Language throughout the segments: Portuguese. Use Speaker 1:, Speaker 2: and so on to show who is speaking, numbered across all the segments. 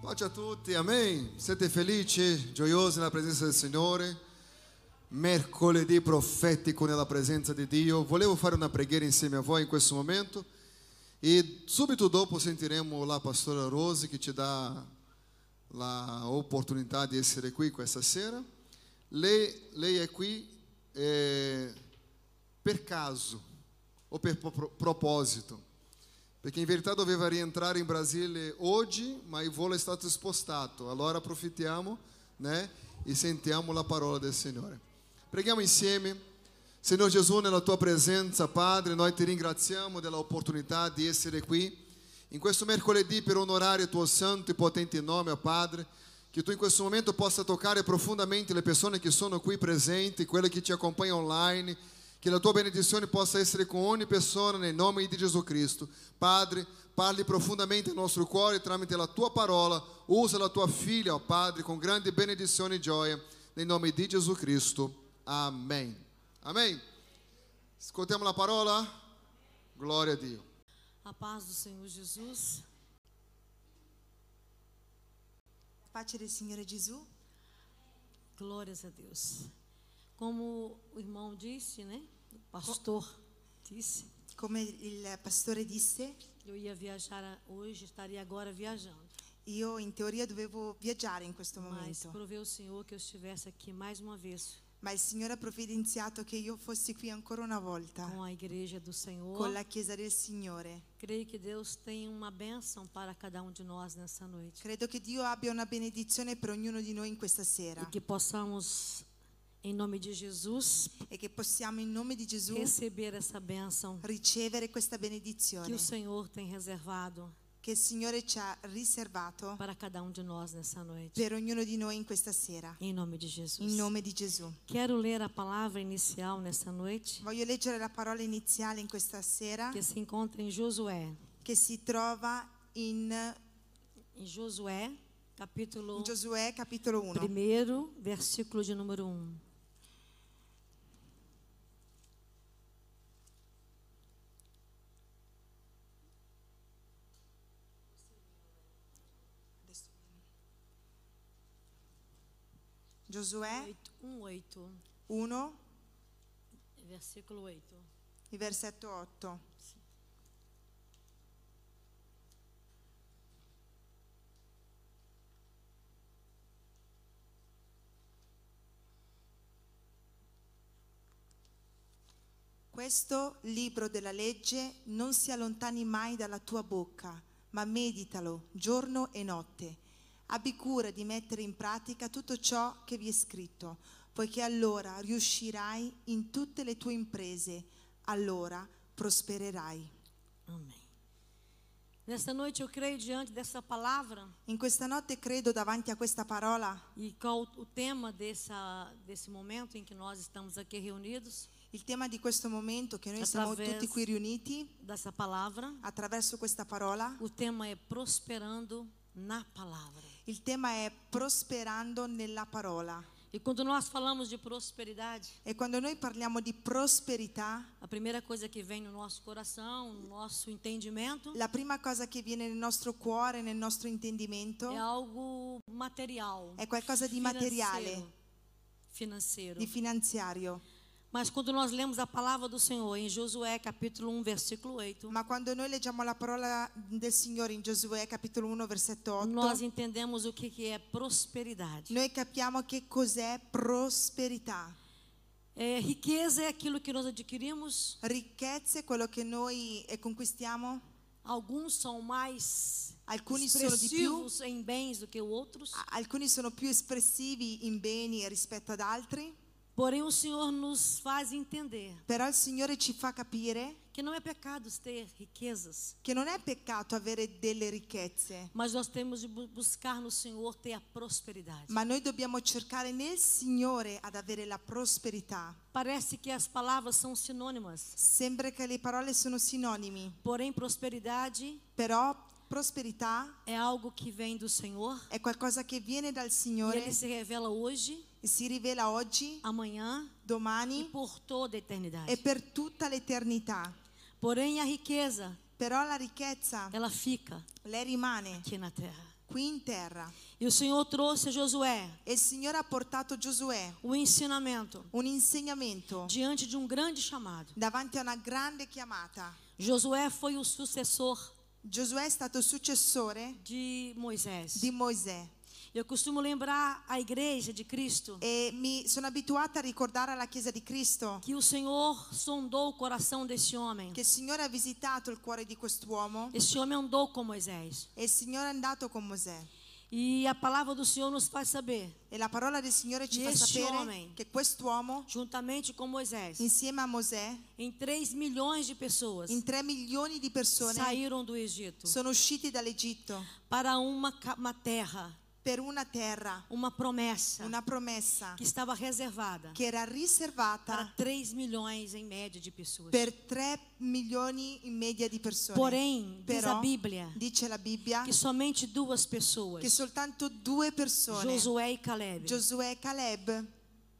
Speaker 1: Pace a tutti, amen. Siete felici, gioiosi nella presenza del Signore? Mercoledì profetico nella presenza di Dio. Volevo fare una preghiera insieme a voi in questo momento e subito dopo sentiremo la pastora Rose che ci dà l'opportunità di essere qui questa sera. Lei, lei è qui eh, per caso o per pro- proposito. Perché in verità doveva rientrare in Brasile oggi, ma il volo è stato spostato. Allora approfittiamo né, e sentiamo la parola del Signore. Preghiamo insieme. Signor Gesù, nella tua presenza, Padre, noi ti ringraziamo dell'opportunità di essere qui in questo mercoledì per onorare il tuo santo e potente nome, oh Padre. Che tu in questo momento possa toccare profondamente le persone che sono qui presenti, quelle che ti accompagnano online, che la tua benedizione possa essere con ogni persona nel nome di Gesù Cristo. Padre, parli profondamente al nostro cuore tramite la tua parola, usa la tua figlia, ó Padre, con grande benedizione e gioia, nel nome di Gesù Cristo. Amen. Amen. Ascoltiamo la parola? Glória a Dio.
Speaker 2: A paz do Senhor Jesus.
Speaker 3: Pace del Signore Gesù,
Speaker 2: Glórias a Deus. Como o irmão disse, né? O pastor disse,
Speaker 3: come il pastore disse,
Speaker 2: eu ia viajar a- hoje, estaria agora viajando.
Speaker 3: io in teoria dovevo viaggiare in questo
Speaker 2: Mas
Speaker 3: momento,
Speaker 2: proveu o Senhor que eu estivesse aqui mais uma vez
Speaker 3: ma il Signore ha provvidenziato che io fossi qui ancora una volta
Speaker 2: com a igreja do Senhor.
Speaker 3: con la Chiesa del Signore.
Speaker 2: Creio que Deus tem uma bênção para cada um de nós nessa noite.
Speaker 3: Credo che Dio abbia una benedizione per ognuno di noi in questa sera
Speaker 2: E que possamos, em nome de Jesus,
Speaker 3: e che possiamo in nome di Gesù
Speaker 2: receber essa bênção
Speaker 3: ricevere questa
Speaker 2: que
Speaker 3: benedizione
Speaker 2: o Senhor tem reservado
Speaker 3: che il Signore ci ha riservato
Speaker 2: para cada um de nós nessa noite.
Speaker 3: per ognuno di noi in questa sera.
Speaker 2: Em nome de Jesus.
Speaker 3: In nome di Gesù.
Speaker 2: Quero ler a palavra inicial nessa noite,
Speaker 3: Voglio leggere la parola iniziale in questa sera
Speaker 2: que se encontra em Josué.
Speaker 3: che si trova in
Speaker 2: Em Josué, capítulo
Speaker 3: In Giosuè capitolo 1,
Speaker 2: 1, versículo de número 1.
Speaker 3: Giosuè
Speaker 2: 1, 8.
Speaker 3: 1,
Speaker 2: Versículo 8.
Speaker 3: il versetto 8. Questo libro della legge non si allontani mai dalla tua bocca, ma meditalo giorno e notte. Abbi cura di mettere in pratica tutto ciò che vi è scritto, poiché allora riuscirai in tutte le tue imprese, allora prospererai.
Speaker 2: Amém. Nessa noite eu creio diante dessa palavra
Speaker 3: In questa notte credo davanti a questa parola,
Speaker 2: e qual o tema dessa, desse momento em que nós estamos aqui reunidos,
Speaker 3: il tema di questo momento che noi siamo
Speaker 2: Attraverso-
Speaker 3: tutti qui riuniti
Speaker 2: dessa palavra.
Speaker 3: attraverso questa parola,
Speaker 2: O tema é prosperando na palavra.
Speaker 3: il tema è prosperando nella parola.
Speaker 2: E quando nós falamos de prosperidade,
Speaker 3: E quando noi parliamo di prosperità,
Speaker 2: A primeira coisa que vem no nosso coração, no nosso entendimento,
Speaker 3: La prima cosa che viene nel nostro cuore, nel nostro intendimento,
Speaker 2: é algo material.
Speaker 3: è qualcosa di materiale,
Speaker 2: Financeiro.
Speaker 3: di finanziario.
Speaker 2: Mas quando nós lemos a palavra do Senhor em Josué, capítulo 1, versículo 8,
Speaker 3: Ma quando noi leggiamo la parola del Signore in Giosuè capitolo 1 versetto 8,
Speaker 2: nós entendemos o que que é prosperidade.
Speaker 3: noi capiamo che cos'è prosperità.
Speaker 2: É, riqueza é aquilo que nós adquirimos.
Speaker 3: Ricchezze, quello che noi eh, conquistiamo,
Speaker 2: Alguns são mais
Speaker 3: Alcuni sono di più. Ah.
Speaker 2: expressivos em bens do que outros.
Speaker 3: A- alcuni sono più espressivi in beni rispetto ad altri,
Speaker 2: Porém, o Senhor nos faz entender
Speaker 3: però il Signore ci fa capire
Speaker 2: que não é pecado ter riquezas.
Speaker 3: che non è peccato avere delle ricchezze,
Speaker 2: Mas nós temos de bu- buscar no Senhor ter a prosperidade.
Speaker 3: ma noi dobbiamo cercare nel Signore ad avere la prosperità.
Speaker 2: Parece que as palavras são sinônimas.
Speaker 3: Sembra che le parole sono sinonimi,
Speaker 2: Porém, prosperidade
Speaker 3: però prosperità
Speaker 2: é algo que vem do Senhor.
Speaker 3: è qualcosa che viene dal
Speaker 2: E
Speaker 3: Signore
Speaker 2: ele se revela hoje,
Speaker 3: e si rivela oggi,
Speaker 2: amanhã e
Speaker 3: domani
Speaker 2: por toda a eternidade.
Speaker 3: e per tutta l'eternità.
Speaker 2: Porém, a riqueza,
Speaker 3: Però la ricchezza,
Speaker 2: ela fica
Speaker 3: lei rimane
Speaker 2: aqui na terra.
Speaker 3: qui in terra.
Speaker 2: E o Senhor trouxe a Josué
Speaker 3: E il Signore ha portato Giosuè
Speaker 2: o ensinamento
Speaker 3: un insegnamento
Speaker 2: diante de um grande chamado.
Speaker 3: davanti a una grande chiamata.
Speaker 2: Josué foi o sucessor
Speaker 3: Giosuè è stato successore
Speaker 2: de Moisés.
Speaker 3: di Mosè
Speaker 2: Eu costumo lembrar a igreja de Cristo
Speaker 3: e mi sono abituata a ricordare alla Chiesa di Cristo
Speaker 2: que o Senhor sondou o coração desse homem.
Speaker 3: che il Signore ha visitato il cuore di quest'uomo
Speaker 2: Esse homem andou com Moisés.
Speaker 3: e il Signore è andato con Mosè.
Speaker 2: E a palavra do Senhor nos faz saber,
Speaker 3: E la parola del Signore ci fa
Speaker 2: Yes,
Speaker 3: sapere
Speaker 2: uomini.
Speaker 3: che quest'uomo,
Speaker 2: juntamente com Moisés,
Speaker 3: insieme a Mosè,
Speaker 2: em 3 milhões de pessoas
Speaker 3: in tre milioni di persone
Speaker 2: saíram do Egito
Speaker 3: sono usciti dall'Egitto
Speaker 2: para uma, ca- uma terra,
Speaker 3: per una terra,
Speaker 2: uma promessa
Speaker 3: una promessa
Speaker 2: que estava reservada
Speaker 3: che era
Speaker 2: para
Speaker 3: riservata
Speaker 2: 3 milhões em média de pessoas.
Speaker 3: per 3 milioni in media di persone.
Speaker 2: Porém, diz
Speaker 3: Però,
Speaker 2: a Bíblia
Speaker 3: dice la Bibbia,
Speaker 2: que somente duas pessoas,
Speaker 3: che soltanto due persone,
Speaker 2: Josué e Caleb,
Speaker 3: Giosuè e Caleb,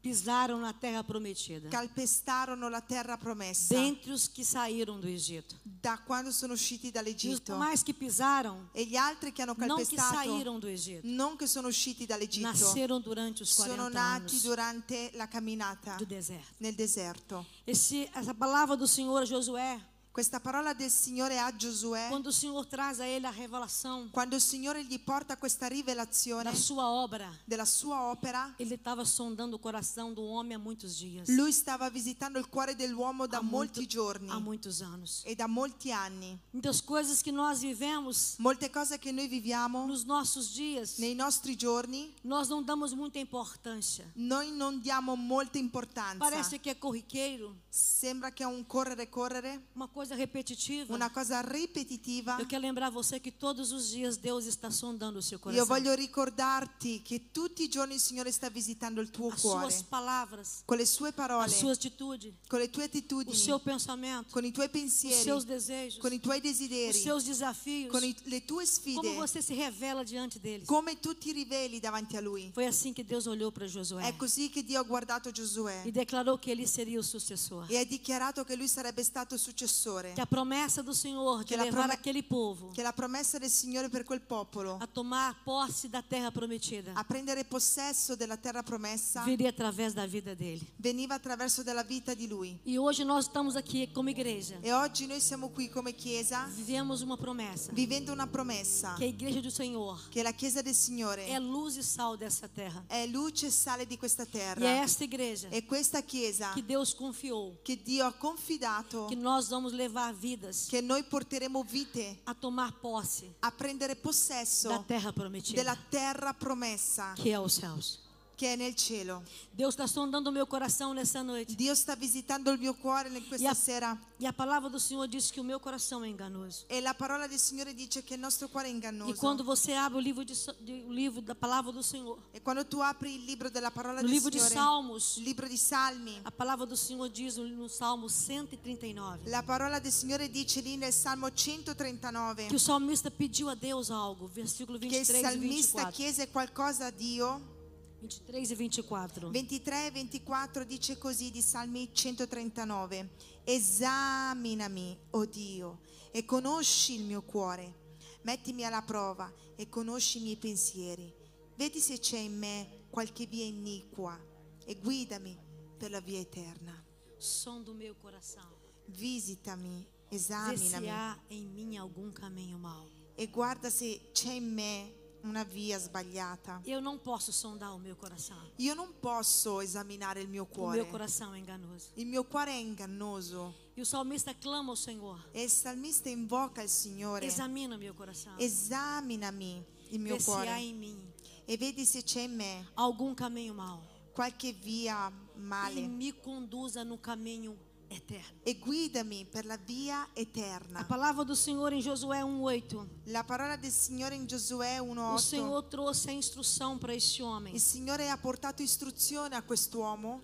Speaker 2: pisaram na terra prometida,
Speaker 3: calpestarono la terra promessa
Speaker 2: dentre os que saíram do Egito.
Speaker 3: da quando sono usciti
Speaker 2: E os
Speaker 3: dall'Egitto.
Speaker 2: mais que pisaram,
Speaker 3: E gli altri che hanno
Speaker 2: não que
Speaker 3: calpestato,
Speaker 2: saíram do Egito,
Speaker 3: non che sono usciti dall'Egitto,
Speaker 2: nasceram durante os
Speaker 3: sono
Speaker 2: 40
Speaker 3: nati
Speaker 2: anos
Speaker 3: durante la camminata
Speaker 2: do deserto.
Speaker 3: nel deserto.
Speaker 2: Esse, essa palavra do Senhor a Josué,
Speaker 3: Questa parola del Signore a Giosuè,
Speaker 2: quando o Senhor traz a ele a revelação
Speaker 3: quando il Signore gli porta questa rivelazione
Speaker 2: da sua obra,
Speaker 3: della sua opera,
Speaker 2: ele estava sondando o coração do homem há muitos dias,
Speaker 3: lui stava visitando il cuore dell'uomo da
Speaker 2: há, muito-
Speaker 3: molti giorni
Speaker 2: há muitos anos.
Speaker 3: e da molti anni.
Speaker 2: Muitas coisas que nós vivemos
Speaker 3: Molte cose che noi viviamo
Speaker 2: nos nossos dias,
Speaker 3: nei nostri giorni,
Speaker 2: nós não damos muita importância.
Speaker 3: noi non diamo molta importanza.
Speaker 2: Parece que é corriqueiro,
Speaker 3: Sembra che è un correre correre,
Speaker 2: uma coisa repetitiva.
Speaker 3: una cosa ripetitiva.
Speaker 2: Eu quero lembrar você que todos os dias Deus está sondando o seu
Speaker 3: Io
Speaker 2: coração.
Speaker 3: voglio ricordarti che tutti i giorni il Signore sta visitando il tuo
Speaker 2: As suas
Speaker 3: cuore
Speaker 2: palavras,
Speaker 3: con le sue
Speaker 2: a
Speaker 3: parole,
Speaker 2: sua atitude,
Speaker 3: con le tue
Speaker 2: o
Speaker 3: attitudini,
Speaker 2: seu pensamento,
Speaker 3: con i tuoi
Speaker 2: os
Speaker 3: pensieri,
Speaker 2: seus desejos,
Speaker 3: con i tuoi
Speaker 2: os
Speaker 3: desideri,
Speaker 2: seus desafios,
Speaker 3: con i- le
Speaker 2: como
Speaker 3: tue sfide,
Speaker 2: você se revela diante deles.
Speaker 3: come tu ti riveli davanti a Lui.
Speaker 2: Foi assim que Deus olhou para Josué
Speaker 3: È così che Dio ha guardato
Speaker 2: e
Speaker 3: Giosuè
Speaker 2: declarou que ele seria o sucessor.
Speaker 3: e ha dichiarato che lui sarebbe stato successore,
Speaker 2: Que a promessa do Senhor de
Speaker 3: Que la
Speaker 2: levar
Speaker 3: prome-
Speaker 2: aquele povo
Speaker 3: che la promessa del Signore per quel popolo
Speaker 2: a tomar posse da terra prometida
Speaker 3: a prendere possesso della terra promessa
Speaker 2: viria através da vida dele.
Speaker 3: veniva attraverso della vita di lui.
Speaker 2: E hoje nós estamos aqui como igreja.
Speaker 3: E oggi noi siamo qui come Chiesa
Speaker 2: Vivemos uma promessa
Speaker 3: vivendo una promessa
Speaker 2: que a igreja do Senhor
Speaker 3: che la Chiesa del
Speaker 2: é
Speaker 3: Signore
Speaker 2: luz e sal dessa terra.
Speaker 3: è luce e sale di questa
Speaker 2: E é
Speaker 3: terra.
Speaker 2: esta igreja
Speaker 3: E questa Chiesa
Speaker 2: que Deus confiou
Speaker 3: che Dio ha confidato
Speaker 2: que nós vamos levar vidas
Speaker 3: che noi porteremo vite
Speaker 2: a tomar posse
Speaker 3: a prendere
Speaker 2: da
Speaker 3: possesso
Speaker 2: terra prometida,
Speaker 3: della terra promessa
Speaker 2: que é os céus.
Speaker 3: che è nel cielo.
Speaker 2: Deus está sondando o meu coração nessa noite.
Speaker 3: Dio sta visitando il mio cuore nel- questa
Speaker 2: Yeah.
Speaker 3: sera
Speaker 2: E a palavra do Senhor diz que o meu coração é enganoso.
Speaker 3: e la parola del Signore dice che il nostro cuore è
Speaker 2: E
Speaker 3: ingannoso.
Speaker 2: quando você abre o livro, de, so- de- o livro da palavra do Senhor,
Speaker 3: E quando tu apri il libro della
Speaker 2: no
Speaker 3: parola del
Speaker 2: livro de
Speaker 3: Signore,
Speaker 2: Salmos,
Speaker 3: il libro di Salmi,
Speaker 2: a palavra do Senhor diz no- no Salmo 139
Speaker 3: la parola del Signore dice lì nel Salmo 139
Speaker 2: que o salmista pediu a Deus algo, versículo
Speaker 3: che il
Speaker 2: 23 e
Speaker 3: salmista
Speaker 2: 24.
Speaker 3: chiese qualcosa a Dio.
Speaker 2: 23 e 24.
Speaker 3: 23 e 24 dice così di Salmi 139. Esaminami, o Dio, e conosci il mio cuore. Mettimi alla prova e conosci i miei pensieri. Vedi se c'è in me qualche via iniqua e guidami per la via eterna.
Speaker 2: Som do meu coração.
Speaker 3: Visitami,
Speaker 2: Vê se
Speaker 3: esaminami
Speaker 2: há em mim algum caminho mau.
Speaker 3: e guarda se c'è in me una via sbagliata.
Speaker 2: Eu não posso sondar o meu coração.
Speaker 3: Io non posso esaminare il mio
Speaker 2: O meu
Speaker 3: cuore.
Speaker 2: coração é enganoso.
Speaker 3: Il mio cuore è ingannoso
Speaker 2: E o salmista clama ao Senhor:
Speaker 3: e il salmista invoca il Signore.
Speaker 2: Examina o meu coração.
Speaker 3: Esaminami il mio
Speaker 2: Vê se há
Speaker 3: cuore
Speaker 2: em mim
Speaker 3: e vedi se c'è in me
Speaker 2: algum caminho mau.
Speaker 3: qualche via
Speaker 2: E
Speaker 3: male
Speaker 2: me conduza no caminho eterno.
Speaker 3: e guidami per la via
Speaker 2: A
Speaker 3: eterna.
Speaker 2: palavra do Senhor em Josué 1:8.
Speaker 3: La parola del Signore in Giosuè
Speaker 2: O
Speaker 3: 1:8.
Speaker 2: Senhor trouxe a instrução para este homem.
Speaker 3: Il Signore ha portato istruzione a quest'uomo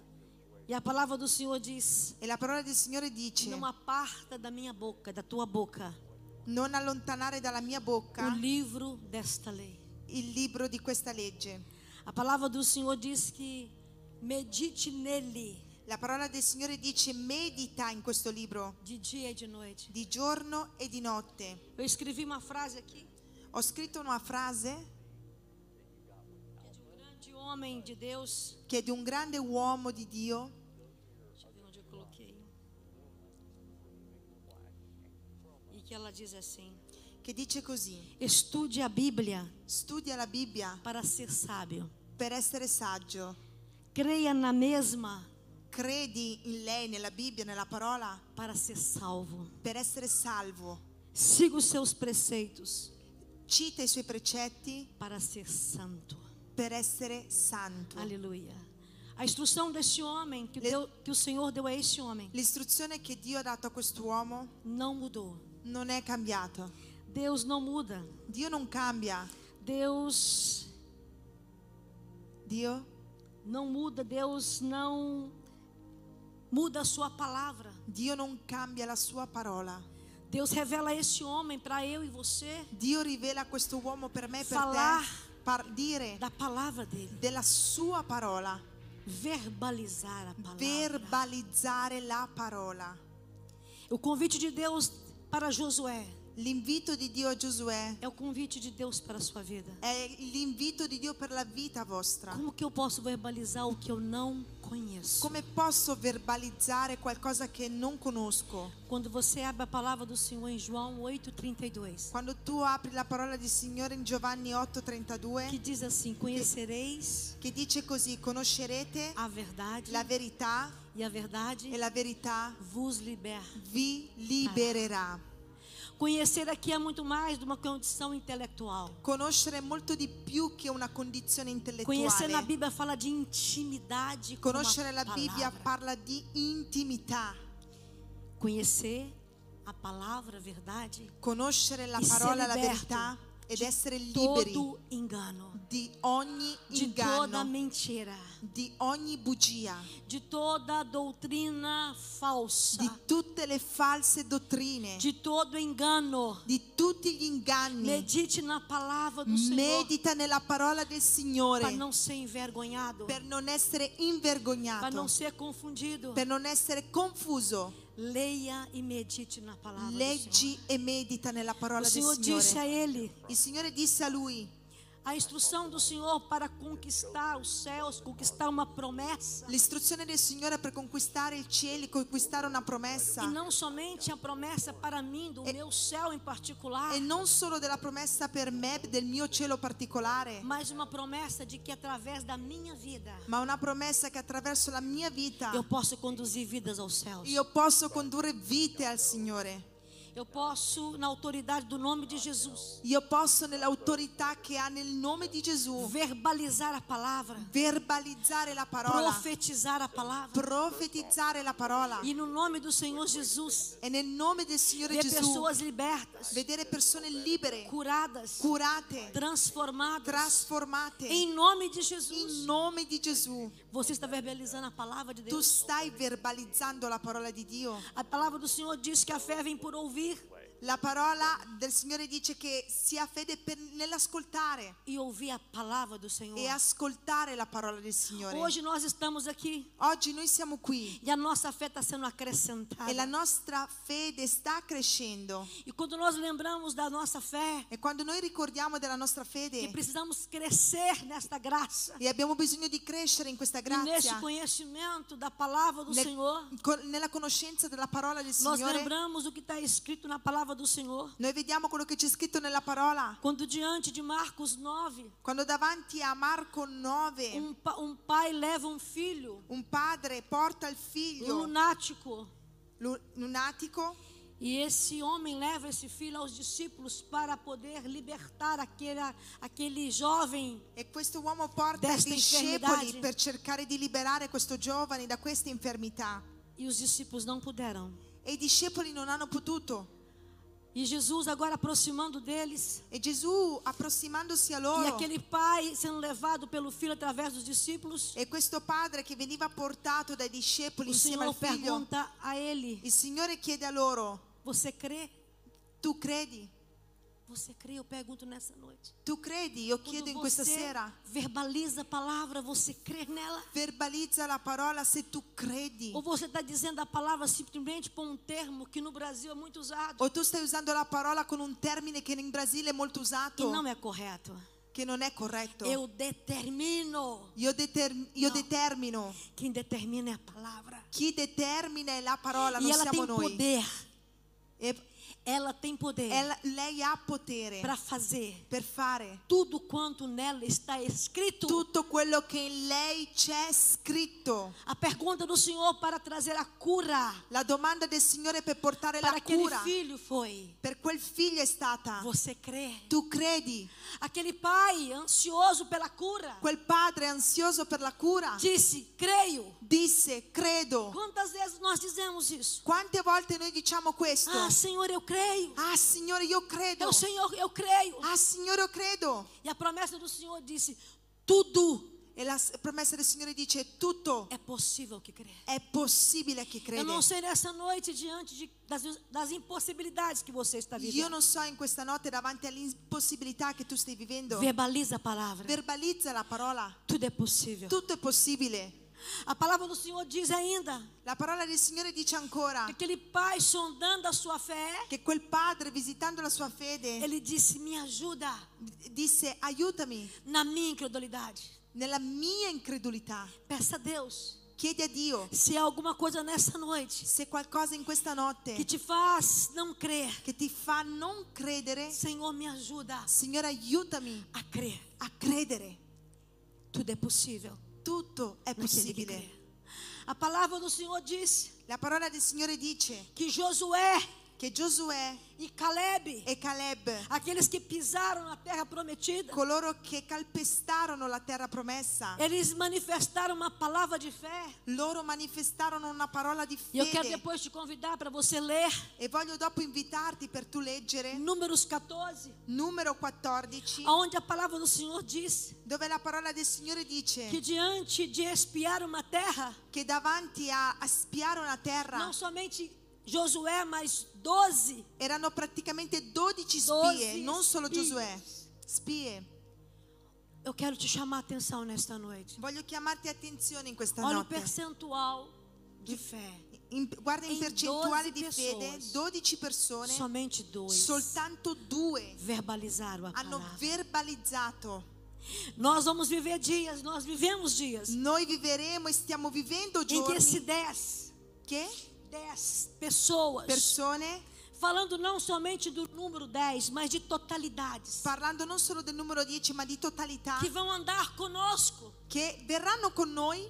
Speaker 2: E a palavra do Senhor diz:
Speaker 3: E la parola del Signore dice:
Speaker 2: Não aparta da minha boca, da tua boca,
Speaker 3: Non allontanare dalla mia
Speaker 2: o
Speaker 3: bocca
Speaker 2: livro desta lei.
Speaker 3: il libro di questa legge.
Speaker 2: A palavra do Senhor diz que medite nele
Speaker 3: La parola del Signore dice: Medita in questo libro
Speaker 2: de dia e de noite.
Speaker 3: di giorno e di notte.
Speaker 2: Eu escrevi uma frase aqui
Speaker 3: Ho scritto una frase
Speaker 2: é um homem de Deus,
Speaker 3: che è di un grande uomo di Dio,
Speaker 2: deixa eu ver onde eu coloquei. E que ela diz assim:
Speaker 3: che dice così,
Speaker 2: Estude a Bíblia
Speaker 3: studia la Bibbia
Speaker 2: para ser sábio.
Speaker 3: per essere saggio,
Speaker 2: Creia na mesma
Speaker 3: credi in lei, nella Bibbia, nella parola,
Speaker 2: para ser salvo.
Speaker 3: per essere salvo,
Speaker 2: Siga os seus preceitos
Speaker 3: cita i suoi precetti
Speaker 2: para ser santo.
Speaker 3: per essere santo.
Speaker 2: Aleluia. A instrução deste homem que, Deus- que o Senhor deu a este homem
Speaker 3: L'istruzione che Dio ha dato a quest'uomo
Speaker 2: não mudou.
Speaker 3: non è cambiata.
Speaker 2: Deus não muda.
Speaker 3: Dio non cambia,
Speaker 2: Deus
Speaker 3: Dio,
Speaker 2: não muda. Deus não muda a sua palavra.
Speaker 3: Dio non cambia la sua parola.
Speaker 2: Deus revela a este homem para eu e você
Speaker 3: Dio rivela a questo uomo per me, e per
Speaker 2: Falar.
Speaker 3: te, par- dire
Speaker 2: da palavra dele.
Speaker 3: della sua parola,
Speaker 2: Verbalizar a palavra.
Speaker 3: verbalizzare la parola.
Speaker 2: O convite de Deus para Josué
Speaker 3: L'invito di Dio a Giosuè
Speaker 2: é o convite de Deus para a sua vida.
Speaker 3: è l'invito di Dio per la vita vostra.
Speaker 2: Como que eu posso verbalizar o que eu não conheço?
Speaker 3: Come posso verbalizzare qualcosa che non conosco?
Speaker 2: Quando você abre a palavra do Senhor em João 8:32,
Speaker 3: Quando tu apri la parola del Signore in Giovanni
Speaker 2: que
Speaker 3: 8:32
Speaker 2: diz assim: "Conhecereis
Speaker 3: che dice così, conoscerete
Speaker 2: a verdade,
Speaker 3: la verità
Speaker 2: e a verdade
Speaker 3: e la verità
Speaker 2: vos liberta".
Speaker 3: vi libererà.
Speaker 2: Conhecer aqui é muito mais de uma condição intelectual.
Speaker 3: Conoscere è molto di più che una condizione
Speaker 2: Conhecer na
Speaker 3: intellettuale.
Speaker 2: Bíblia fala de intimidade com
Speaker 3: Conoscere
Speaker 2: a
Speaker 3: la Bibbia
Speaker 2: palavra.
Speaker 3: parla di intimità.
Speaker 2: Conhecer a palavra, a verdade,
Speaker 3: Conoscere la
Speaker 2: E ser
Speaker 3: parola, la
Speaker 2: liberto
Speaker 3: verità ed
Speaker 2: de
Speaker 3: essere liberi
Speaker 2: todo engano,
Speaker 3: di ogni
Speaker 2: de toda
Speaker 3: inganno,
Speaker 2: mentira,
Speaker 3: di ogni bugia,
Speaker 2: de toda doutrina falsa,
Speaker 3: di tutte le false dottrine,
Speaker 2: de todo engano.
Speaker 3: di tutti gli inganni.
Speaker 2: Medite na palavra do Senhor
Speaker 3: Medita nella parola
Speaker 2: para
Speaker 3: del Signore
Speaker 2: não ser envergonhado,
Speaker 3: per non essere
Speaker 2: para não
Speaker 3: invergognato,
Speaker 2: ser confundido.
Speaker 3: per non essere confuso.
Speaker 2: Leia e medite na palavra do Senhor.
Speaker 3: Leggi e medita nella
Speaker 2: O
Speaker 3: parola del
Speaker 2: Senhor disse
Speaker 3: Signore.
Speaker 2: a ele:
Speaker 3: Il Signore disse a lui,
Speaker 2: a instrução do Senhor para conquistar os céus, conquistar uma promessa.
Speaker 3: l'istruzione del Signore per conquistare il cielo, conquistare una
Speaker 2: E
Speaker 3: promessa
Speaker 2: não somente a promessa para mim, do meu céu em particular,
Speaker 3: e non solo della promessa per me, del mio cielo particolare,
Speaker 2: mas uma promessa de que através da minha vida
Speaker 3: ma una promessa che attraverso la mia vita
Speaker 2: eu posso conduzir vidas aos céus.
Speaker 3: io posso condurre vite al Signore.
Speaker 2: Eu posso, na autoridade do nome de Jesus,
Speaker 3: Io posso nell'autorità che ha nel nome di
Speaker 2: Uhum.
Speaker 3: Gesù
Speaker 2: verbalizar a palavra,
Speaker 3: verbalizzare la parola,
Speaker 2: profetizar a palavra.
Speaker 3: profetizzare la parola
Speaker 2: E no nome do Senhor Jesus,
Speaker 3: e nel nome del Signore
Speaker 2: ver
Speaker 3: Gesù
Speaker 2: pessoas libertas,
Speaker 3: vedere persone libere,
Speaker 2: curadas,
Speaker 3: curate,
Speaker 2: transformadas.
Speaker 3: trasformate
Speaker 2: Em nome de
Speaker 3: in
Speaker 2: Jesus,
Speaker 3: nome di Gesù.
Speaker 2: você está verbalizando a palavra de
Speaker 3: Tu
Speaker 2: Deus.
Speaker 3: stai verbalizzando la parola di Dio.
Speaker 2: A palavra do Senhor diz que a fé vem por ouvir
Speaker 3: La parola del Signore dice che sia fede per- nell'ascoltare
Speaker 2: e ouvir a palavra do Senhor.
Speaker 3: e ascoltare la parola del Signore.
Speaker 2: Hoje nós estamos aqui
Speaker 3: Oggi noi siamo qui
Speaker 2: e a nossa fé está sendo
Speaker 3: e la
Speaker 2: acrescentada.
Speaker 3: nostra fede sta crescendo.
Speaker 2: E quando nós lembramos da nossa fé,
Speaker 3: E quando noi ricordiamo della nostra
Speaker 2: que
Speaker 3: fede
Speaker 2: precisamos crescer nesta graça
Speaker 3: e abbiamo bisogno di crescere in questa
Speaker 2: e neste
Speaker 3: grazia,
Speaker 2: conhecimento da palavra do
Speaker 3: nel-
Speaker 2: Senhor,
Speaker 3: con- nella conoscenza della parola del
Speaker 2: nós
Speaker 3: Signore,
Speaker 2: lembramos o que está escrito na palavra do Senhor.
Speaker 3: noi vediamo quello che c'è scritto nella parola.
Speaker 2: Quando diante de Marcos 9,
Speaker 3: Quando davanti a Marco 9
Speaker 2: um, pa- um pai leva um filho,
Speaker 3: un padre porta il
Speaker 2: um
Speaker 3: figlio
Speaker 2: lunático,
Speaker 3: lu- lunatico
Speaker 2: E esse homem leva esse filho aos discípulos para poder libertar aquele, aquele jovem.
Speaker 3: E questo uomo porta i
Speaker 2: Desta
Speaker 3: discepoli
Speaker 2: infermità.
Speaker 3: per cercare di liberare questo giovane da questa infermità.
Speaker 2: E os discípulos não puderam.
Speaker 3: E i discepoli non hanno potuto.
Speaker 2: E Jesus agora aproximando deles.
Speaker 3: E Gesù, approssimandosi a
Speaker 2: E
Speaker 3: loro,
Speaker 2: aquele pai sendo levado pelo filho através dos discípulos.
Speaker 3: e questo padre che veniva portato dai discepoli
Speaker 2: O
Speaker 3: insieme
Speaker 2: Senhor
Speaker 3: al figlio,
Speaker 2: pergunta a ele:
Speaker 3: il Signore chiede a loro,
Speaker 2: Você crê?
Speaker 3: tu credi?
Speaker 2: Você crê? Eu pergunto nessa noite.
Speaker 3: Tu credi? Io chiedo in
Speaker 2: Quando
Speaker 3: questa
Speaker 2: você
Speaker 3: sera,
Speaker 2: verbaliza a palavra, você crê nela?
Speaker 3: verbalizza la parola se tu credi.
Speaker 2: Ou você está dizendo a palavra simplesmente por um termo que no Brasil é muito usado
Speaker 3: O tu stai usando la parola con un termine che in Brasile è molto
Speaker 2: e
Speaker 3: usato
Speaker 2: não é correto?
Speaker 3: che non è corretto.
Speaker 2: Eu determino.
Speaker 3: Io, deter- io
Speaker 2: No.
Speaker 3: determino.
Speaker 2: Quem determina é a palavra.
Speaker 3: Chi determina è la parola,
Speaker 2: e
Speaker 3: non
Speaker 2: ela
Speaker 3: siamo
Speaker 2: tem
Speaker 3: noi.
Speaker 2: poder.
Speaker 3: E-
Speaker 2: Ela é. tem poder
Speaker 3: ella- lei ha potere
Speaker 2: para fazer
Speaker 3: per fare
Speaker 2: tudo quanto nela está escrito.
Speaker 3: tutto quello che in lei c'è scritto.
Speaker 2: A pergunta do Senhor para trazer a cura
Speaker 3: La domanda del Signore per portare
Speaker 2: para
Speaker 3: la
Speaker 2: aquele
Speaker 3: cura
Speaker 2: filho foi:
Speaker 3: per quel figlio è stata.
Speaker 2: Você crê?
Speaker 3: Tu credi?
Speaker 2: Aquele pai ansioso pela cura
Speaker 3: Quel padre ansioso per la cura
Speaker 2: disse: Creio.
Speaker 3: disse, credo.
Speaker 2: Quantas vezes nós dizemos isso?
Speaker 3: Quante volte noi diciamo questo?
Speaker 2: Ah, Senhor, eu creio.
Speaker 3: Ah, Signore, io credo.
Speaker 2: Eu, Senhor, eu creio.
Speaker 3: Ah, Signore, io credo.
Speaker 2: E a promessa do Senhor disse: Tudo
Speaker 3: E la s- promessa del Signore dice tutto
Speaker 2: é possível que crê.
Speaker 3: è possibile a chi crede.
Speaker 2: Eu não sei nessa noite, diante de- das, das impossibilidades que você está
Speaker 3: Io
Speaker 2: vivendo.
Speaker 3: non so in questa notte davanti all'impossibilità che tu stai vivendo.
Speaker 2: Verbaliza a palavra.
Speaker 3: Verbalizza la parola.
Speaker 2: Tudo é possível.
Speaker 3: Tutto è possibile.
Speaker 2: A palavra do Senhor diz ainda
Speaker 3: La parola del Signore dice ancora
Speaker 2: que aquele pai sondando a sua fé,
Speaker 3: che quel padre visitando la sua fede
Speaker 2: ele disse: Me ajuda
Speaker 3: d- disse aiutami
Speaker 2: na minha incredulidade.
Speaker 3: nella mia incredulità.
Speaker 2: Peça a Deus
Speaker 3: Chiedi a Dio
Speaker 2: se há alguma coisa nessa noite
Speaker 3: se qualcosa in questa notte
Speaker 2: que te faz não crer.
Speaker 3: che ti fa non credere,
Speaker 2: Senhor, me ajuda
Speaker 3: Signore aiutami
Speaker 2: a crer.
Speaker 3: a credere.
Speaker 2: Tudo é possível.
Speaker 3: Tutto è
Speaker 2: naquele que
Speaker 3: possibile.
Speaker 2: crê. A palavra do Senhor diz
Speaker 3: La parola del Signore dice
Speaker 2: que Josué
Speaker 3: che Giosuè
Speaker 2: e Caleb,
Speaker 3: e Caleb,
Speaker 2: aqueles que pisaram na terra prometida,
Speaker 3: coloro che calpestarono la terra promessa,
Speaker 2: eles manifestaram uma palavra de fé.
Speaker 3: loro manifestarono una parola di
Speaker 2: E eu quero
Speaker 3: fede.
Speaker 2: depois te convidar para você ler
Speaker 3: E voglio dopo invitarti per tu leggere
Speaker 2: Números 14,
Speaker 3: numero 14,
Speaker 2: onde a palavra do Senhor diz
Speaker 3: dove la parola del Signore
Speaker 2: que
Speaker 3: dice
Speaker 2: diante de espiar uma terra,
Speaker 3: che davanti a, a spiare una terra
Speaker 2: não somente Josué, mas 12
Speaker 3: erano praticamente 12
Speaker 2: Dodici
Speaker 3: spie, non solo
Speaker 2: spie.
Speaker 3: Giosuè. Spie.
Speaker 2: Eu quero te chamar a atenção nesta noite.
Speaker 3: Voglio chiamarti attenzione in questa
Speaker 2: Olha o
Speaker 3: notte.
Speaker 2: percentual de fé.
Speaker 3: In- guarda in
Speaker 2: in
Speaker 3: percentuale di
Speaker 2: 12
Speaker 3: fede,
Speaker 2: persone.
Speaker 3: 12 persone,
Speaker 2: Somente dois
Speaker 3: soltanto due
Speaker 2: verbalizaram a
Speaker 3: hanno
Speaker 2: palavra.
Speaker 3: verbalizzato.
Speaker 2: Nós vamos viver dias, nós vivemos dias
Speaker 3: Noi viveremo e stiamo vivendo
Speaker 2: em que esse
Speaker 3: giorni
Speaker 2: 10,
Speaker 3: che
Speaker 2: 10 pessoas,
Speaker 3: persone,
Speaker 2: falando não somente do número 10, mas de totalidades,
Speaker 3: parlando non solo del numero 10 ma di totalità,
Speaker 2: que vão andar conosco,
Speaker 3: che verranno con noi,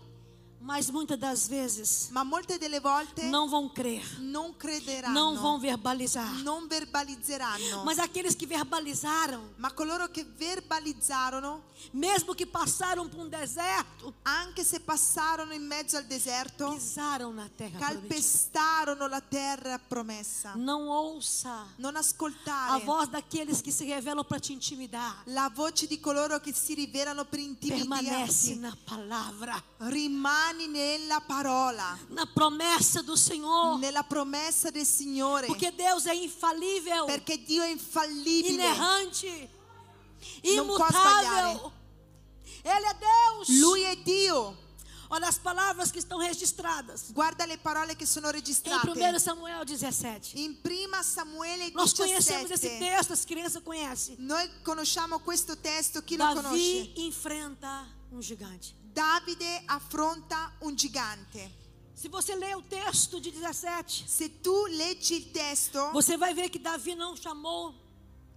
Speaker 2: mas muitas das vezes
Speaker 3: ma molte delle volte
Speaker 2: não vão crer,
Speaker 3: non crederanno,
Speaker 2: não vão verbalizar.
Speaker 3: non verbalizzeranno.
Speaker 2: Mas aqueles que verbalizaram,
Speaker 3: Ma coloro che verbalizzarono,
Speaker 2: mesmo que passaram por um deserto,
Speaker 3: anche se passarono in mezzo al deserto,
Speaker 2: pisaram na terra prometida.
Speaker 3: calpestarono la terra promessa.
Speaker 2: Não ouça
Speaker 3: Non
Speaker 2: a
Speaker 3: ascoltare
Speaker 2: voz daqueles que se revelam para te intimidar.
Speaker 3: la voce di coloro che si rivelano per
Speaker 2: Permanece
Speaker 3: intimidirti.
Speaker 2: na palavra,
Speaker 3: Rimani nella parola,
Speaker 2: na promessa do Senhor,
Speaker 3: nella promessa del Signore,
Speaker 2: porque Deus é infalível,
Speaker 3: perché Dio è infallibile.
Speaker 2: inerrante,
Speaker 3: Non può
Speaker 2: imutável. Ele é Deus.
Speaker 3: Lui è Dio.
Speaker 2: Olha as palavras que estão registradas
Speaker 3: Guarda le parole che sono
Speaker 2: em 1
Speaker 3: registrate.
Speaker 2: Samuel 17.
Speaker 3: In prima Samuele
Speaker 2: Nós conhecemos esse
Speaker 3: 17.
Speaker 2: texto, as crianças conhecem.
Speaker 3: Noi conosciamo questo testo, chi lo conosce?
Speaker 2: Davi enfrenta um gigante.
Speaker 3: Davide affronta un gigante.
Speaker 2: Se você lê o texto de 17,
Speaker 3: Se tu leggi il testo,
Speaker 2: você vai ver que Davi não chamou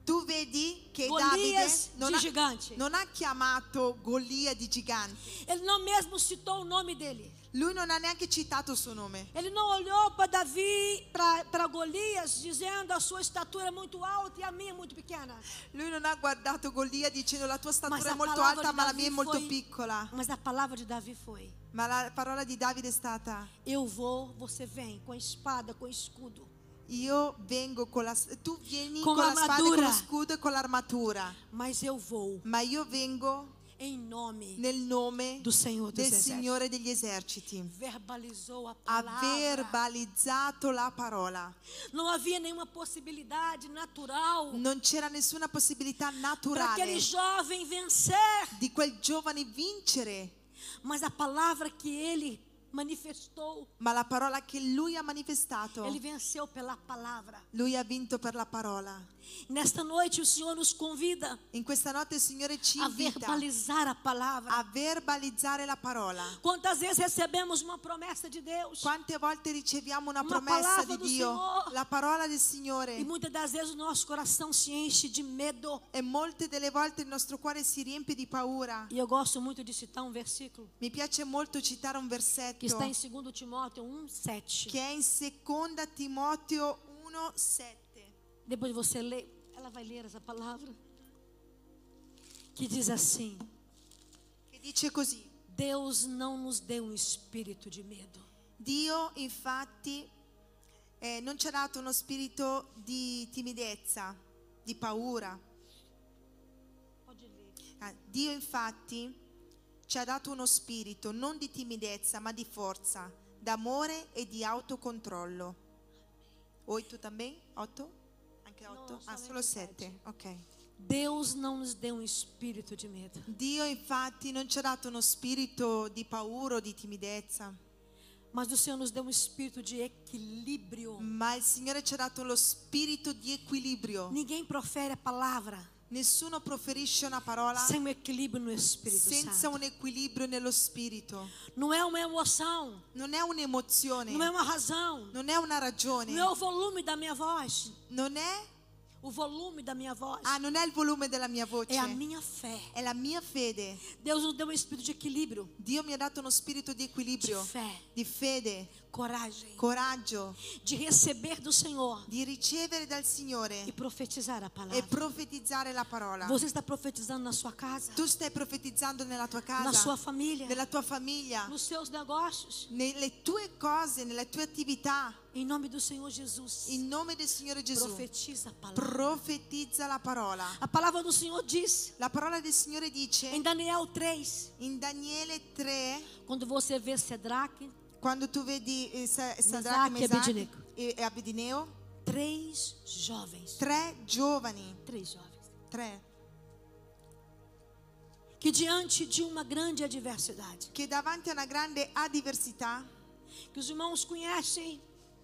Speaker 3: tu vedi che Davide
Speaker 2: Golias
Speaker 3: non
Speaker 2: de
Speaker 3: ha,
Speaker 2: gigante.
Speaker 3: non ha chiamato Golia di gigante.
Speaker 2: Ele não mesmo citou o nome dele.
Speaker 3: Lui non ha neanche citato il suo nome.
Speaker 2: Ele não olhou para Davi, para Golias, dizendo a sua estatura é muito alta e a minha é muito pequena.
Speaker 3: Lui non ha guardato Golia dicendo la tua
Speaker 2: Mas
Speaker 3: statura è
Speaker 2: a
Speaker 3: molto
Speaker 2: palavra
Speaker 3: alta
Speaker 2: de
Speaker 3: ma la mia
Speaker 2: Davi
Speaker 3: è molto
Speaker 2: foi-
Speaker 3: piccola.
Speaker 2: Mas a palavra de Davi foi:
Speaker 3: Ma la parola di Davide è stata
Speaker 2: Eu vou, você vem, com a espada, com o escudo.
Speaker 3: io vengo con la s- tu vieni
Speaker 2: Con
Speaker 3: con, la spada e con
Speaker 2: l'armatura.
Speaker 3: lo scudo e con l'armatura,
Speaker 2: Mas eu vou
Speaker 3: ma io vengo
Speaker 2: em nome
Speaker 3: nel nome
Speaker 2: do Senhor dos
Speaker 3: del
Speaker 2: Exércitos.
Speaker 3: Signore degli eserciti.
Speaker 2: Verbalizou a
Speaker 3: ha
Speaker 2: palavra.
Speaker 3: verbalizzato la parola.
Speaker 2: Não havia nenhuma possibilidade natural
Speaker 3: Non c'era nessuna possibilità
Speaker 2: para
Speaker 3: naturale
Speaker 2: aquele jovem vencer.
Speaker 3: di quel giovane vincere,
Speaker 2: Mas a palavra que ele manifestou.
Speaker 3: ma la parola che lui ha manifestato,
Speaker 2: Ele venceu pela palavra.
Speaker 3: lui ha vinto per la parola.
Speaker 2: Nesta noite, o Senhor nos convida
Speaker 3: In questa notte il Signore ci
Speaker 2: a
Speaker 3: invita
Speaker 2: verbalizar a palavra.
Speaker 3: a verbalizzare la parola.
Speaker 2: Quantas vezes recebemos uma promessa de Deus?
Speaker 3: Quante volte riceviamo una
Speaker 2: Una
Speaker 3: promessa
Speaker 2: palabra
Speaker 3: di
Speaker 2: del
Speaker 3: Dio,
Speaker 2: Signore.
Speaker 3: la parola del Signore,
Speaker 2: E muitas das vezes o nosso coração se enche de medo.
Speaker 3: e molte delle volte il nostro cuore si riempie di paura.
Speaker 2: E eu gosto muito de citar um versículo
Speaker 3: Mi piace molto citare un
Speaker 2: que
Speaker 3: versetto
Speaker 2: está em 2 Timóteo 1, 7.
Speaker 3: che è in seconda Timoteo 1:7.
Speaker 2: Depois você lê, ela vai ler essa palavra. Que diz assim:
Speaker 3: che dice così:
Speaker 2: Deus não nos deu um espírito de medo,
Speaker 3: Dio infatti eh, non ci ha dato uno spirito di timidezza, di paura. Ah, Dio infatti ci ha dato uno spirito non di timidezza, ma di forza, d'amore e di autocontrollo. Oi tu também? Otto? Anche
Speaker 2: No,
Speaker 3: otto? ah,
Speaker 2: solamente
Speaker 3: solo sette.
Speaker 2: sette.
Speaker 3: Ok.
Speaker 2: Deus não nos deu um espírito de medo,
Speaker 3: Dio infatti non ci ha dato uno spirito di paura o di timidezza,
Speaker 2: mas o Senhor nos deu um espírito de equilíbrio.
Speaker 3: ma il Signore ci ha dato lo spirito di equilibrio.
Speaker 2: Ninguém profere a palavra
Speaker 3: Nessuno proferisce una parola
Speaker 2: sem um equilíbrio no Espírito
Speaker 3: senza
Speaker 2: Santo.
Speaker 3: un equilibrio nello spirito.
Speaker 2: Não é uma emoção,
Speaker 3: Non è un'emozione,
Speaker 2: não é uma razão,
Speaker 3: non è una ragione,
Speaker 2: não é o volume da minha voz.
Speaker 3: non è
Speaker 2: O volume da minha voz
Speaker 3: Ah, non è il volume della mia voce,
Speaker 2: é a minha fé.
Speaker 3: è la mia fede.
Speaker 2: Deus nos deu um espírito de equilíbrio,
Speaker 3: Dio mi ha dato uno spirito di
Speaker 2: de
Speaker 3: equilibrio,
Speaker 2: fé,
Speaker 3: di fede,
Speaker 2: coragem,
Speaker 3: coraggio,
Speaker 2: de receber do Senhor
Speaker 3: di ricevere dal
Speaker 2: e
Speaker 3: Signore
Speaker 2: profetizar a
Speaker 3: e
Speaker 2: palavra.
Speaker 3: profetizzare la parola.
Speaker 2: Você está profetizando na sua casa,
Speaker 3: Tu stai profetizzando nella tua
Speaker 2: na sua
Speaker 3: casa,
Speaker 2: família,
Speaker 3: nella tua famiglia,
Speaker 2: nos seus negócios,
Speaker 3: nelle tue cose, nelle tue attività.
Speaker 2: em nome do Senhor Jesus.
Speaker 3: In nome del Signore Gesù,
Speaker 2: Profetiza a palavra.
Speaker 3: profetizza la parola.
Speaker 2: A palavra do Senhor diz
Speaker 3: La parola del Signore dice
Speaker 2: em Daniel 3,
Speaker 3: in Daniele 3,
Speaker 2: quando você vê Cedraque,
Speaker 3: quando tu vedi eh, Sa-
Speaker 2: Mesach
Speaker 3: Sadrach,
Speaker 2: e
Speaker 3: Mesach
Speaker 2: Abednego.
Speaker 3: e e Abedineo,
Speaker 2: três jovens,
Speaker 3: tre giovani,
Speaker 2: três jovens,
Speaker 3: tre,
Speaker 2: que diante de uma grande adversidade,
Speaker 3: che davanti a una grande adversità,
Speaker 2: que os irmãos conhecem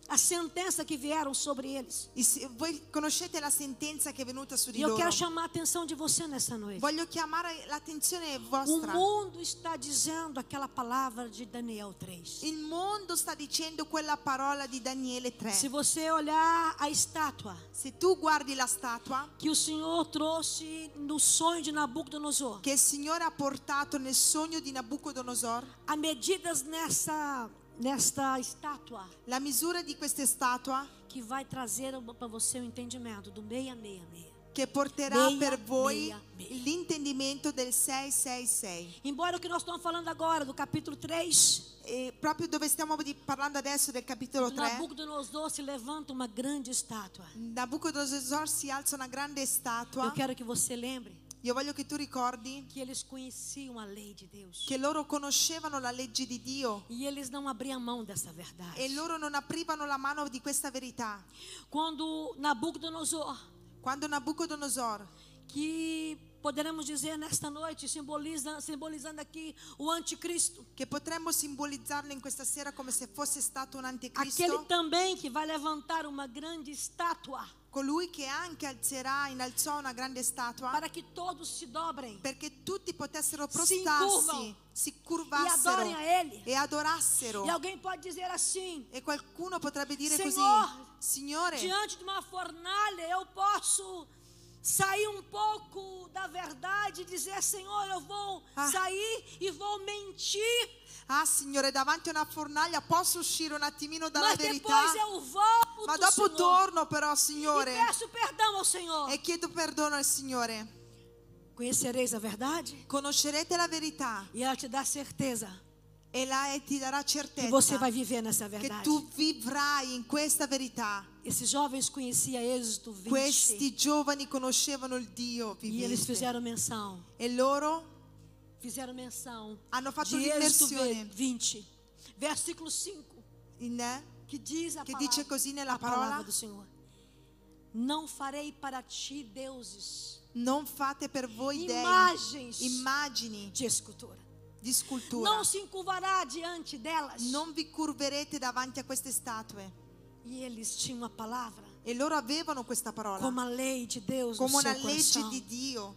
Speaker 2: a sentença que vieron sobre eles.
Speaker 3: i s- voi conoscete la sentenza che è venuta su di
Speaker 2: E eu
Speaker 3: loro.
Speaker 2: quero chamar a atenção de você nessa noite.
Speaker 3: Voglio chiamare l'attenzione
Speaker 2: O
Speaker 3: vostra.
Speaker 2: mundo está dizendo aquela palavra de Daniel 3.
Speaker 3: Il mondo sta dicendo quella parola di Daniele
Speaker 2: Se
Speaker 3: 3.
Speaker 2: você olhar a estátua
Speaker 3: Se tu guardi la statua
Speaker 2: que o Senhor trouxe no sonho de Nabucodonosor,
Speaker 3: che il Signore ha portato nel sogno di Nabucodonosor,
Speaker 2: há medidas nessa nesta estátua
Speaker 3: La misura di questa statua
Speaker 2: que vai trazer para você o entendimento do 666.
Speaker 3: che porterà
Speaker 2: Meia,
Speaker 3: per voi
Speaker 2: meia, meia.
Speaker 3: l'intendimento del 666.
Speaker 2: Embora o que nós estamos falando agora do capítulo 3,
Speaker 3: E proprio dove stiamo di- parlando adesso del capitolo 3,
Speaker 2: Nabucodonosor se levanta uma grande estátua.
Speaker 3: Nabucodonosor si alza una grande statua.
Speaker 2: Eu quero que você lembre
Speaker 3: Io voglio che tu ricordi
Speaker 2: que eles conheciam a lei de Deus.
Speaker 3: che loro conoscevano la legge di Dio
Speaker 2: E eles não abriam mão dessa verdade.
Speaker 3: e loro non aprivano la mano di questa verità.
Speaker 2: Quando Nabucodonosor,
Speaker 3: Quando Nabucodonosor,
Speaker 2: que poderemos dizer nesta noite, simboliza, simbolizando aquì o anticristo,
Speaker 3: che potremmo simbolizzarlo in questa sera come se fosse stato un
Speaker 2: aquele
Speaker 3: anticristo,
Speaker 2: também que vai levantar uma grande estátua
Speaker 3: colui che anche alzerà, innalzò una grande statua
Speaker 2: para que todos se dobrem
Speaker 3: perché tutti potessero
Speaker 2: Si
Speaker 3: prostarsi,
Speaker 2: incurvano
Speaker 3: si
Speaker 2: e
Speaker 3: curvassero
Speaker 2: adorem a Ele.
Speaker 3: e adorassero.
Speaker 2: E alguém pode dizer assim:
Speaker 3: E qualcuno potrebbe dire
Speaker 2: Signore,
Speaker 3: così, Signore,
Speaker 2: diante de uma fornalha eu posso sair um pouco da verdade e dizer, Senhor, eu vou
Speaker 3: Ah.
Speaker 2: sair e vou mentir,
Speaker 3: ah Signore, davanti a una fornaglia posso uscire un attimino dalla
Speaker 2: mas
Speaker 3: verità,
Speaker 2: depois eu volto,
Speaker 3: ma dopo
Speaker 2: Senhor,
Speaker 3: torno però,
Speaker 2: e
Speaker 3: Signore,
Speaker 2: peço perdão ao Senhor.
Speaker 3: e chiedo perdono al Signore.
Speaker 2: É Conhecereis a verdade
Speaker 3: Conoscerete la verità
Speaker 2: e ela te dá certeza
Speaker 3: e, la, e ti darà
Speaker 2: que você
Speaker 3: certezza
Speaker 2: vai viver nessa
Speaker 3: che
Speaker 2: verdade.
Speaker 3: tu vivrai in questa verità.
Speaker 2: Esses jovens conheciam Êxodo 20
Speaker 3: Questi giovani conoscevano il Dio
Speaker 2: e eles
Speaker 3: vivente
Speaker 2: fizeram menção,
Speaker 3: e loro
Speaker 2: fizeram menção
Speaker 3: Hanno fatto
Speaker 2: de Êxodo
Speaker 3: l'immersione.
Speaker 2: 20, versículo 5.
Speaker 3: in,
Speaker 2: que diz a
Speaker 3: Che
Speaker 2: palavra,
Speaker 3: dice così nella
Speaker 2: a palavra
Speaker 3: parola?
Speaker 2: do Senhor. Não farei para ti deuses
Speaker 3: non fate per voi dei
Speaker 2: Immagini.
Speaker 3: immagini
Speaker 2: de escultura,
Speaker 3: di scultura.
Speaker 2: Não se encurvará diante delas.
Speaker 3: Non vi curverete davanti a queste statue.
Speaker 2: E eles tinham a palavra
Speaker 3: E loro avevano questa parola
Speaker 2: como a lei de Deus
Speaker 3: come
Speaker 2: no
Speaker 3: una
Speaker 2: seu
Speaker 3: legge
Speaker 2: coração.
Speaker 3: di Dio.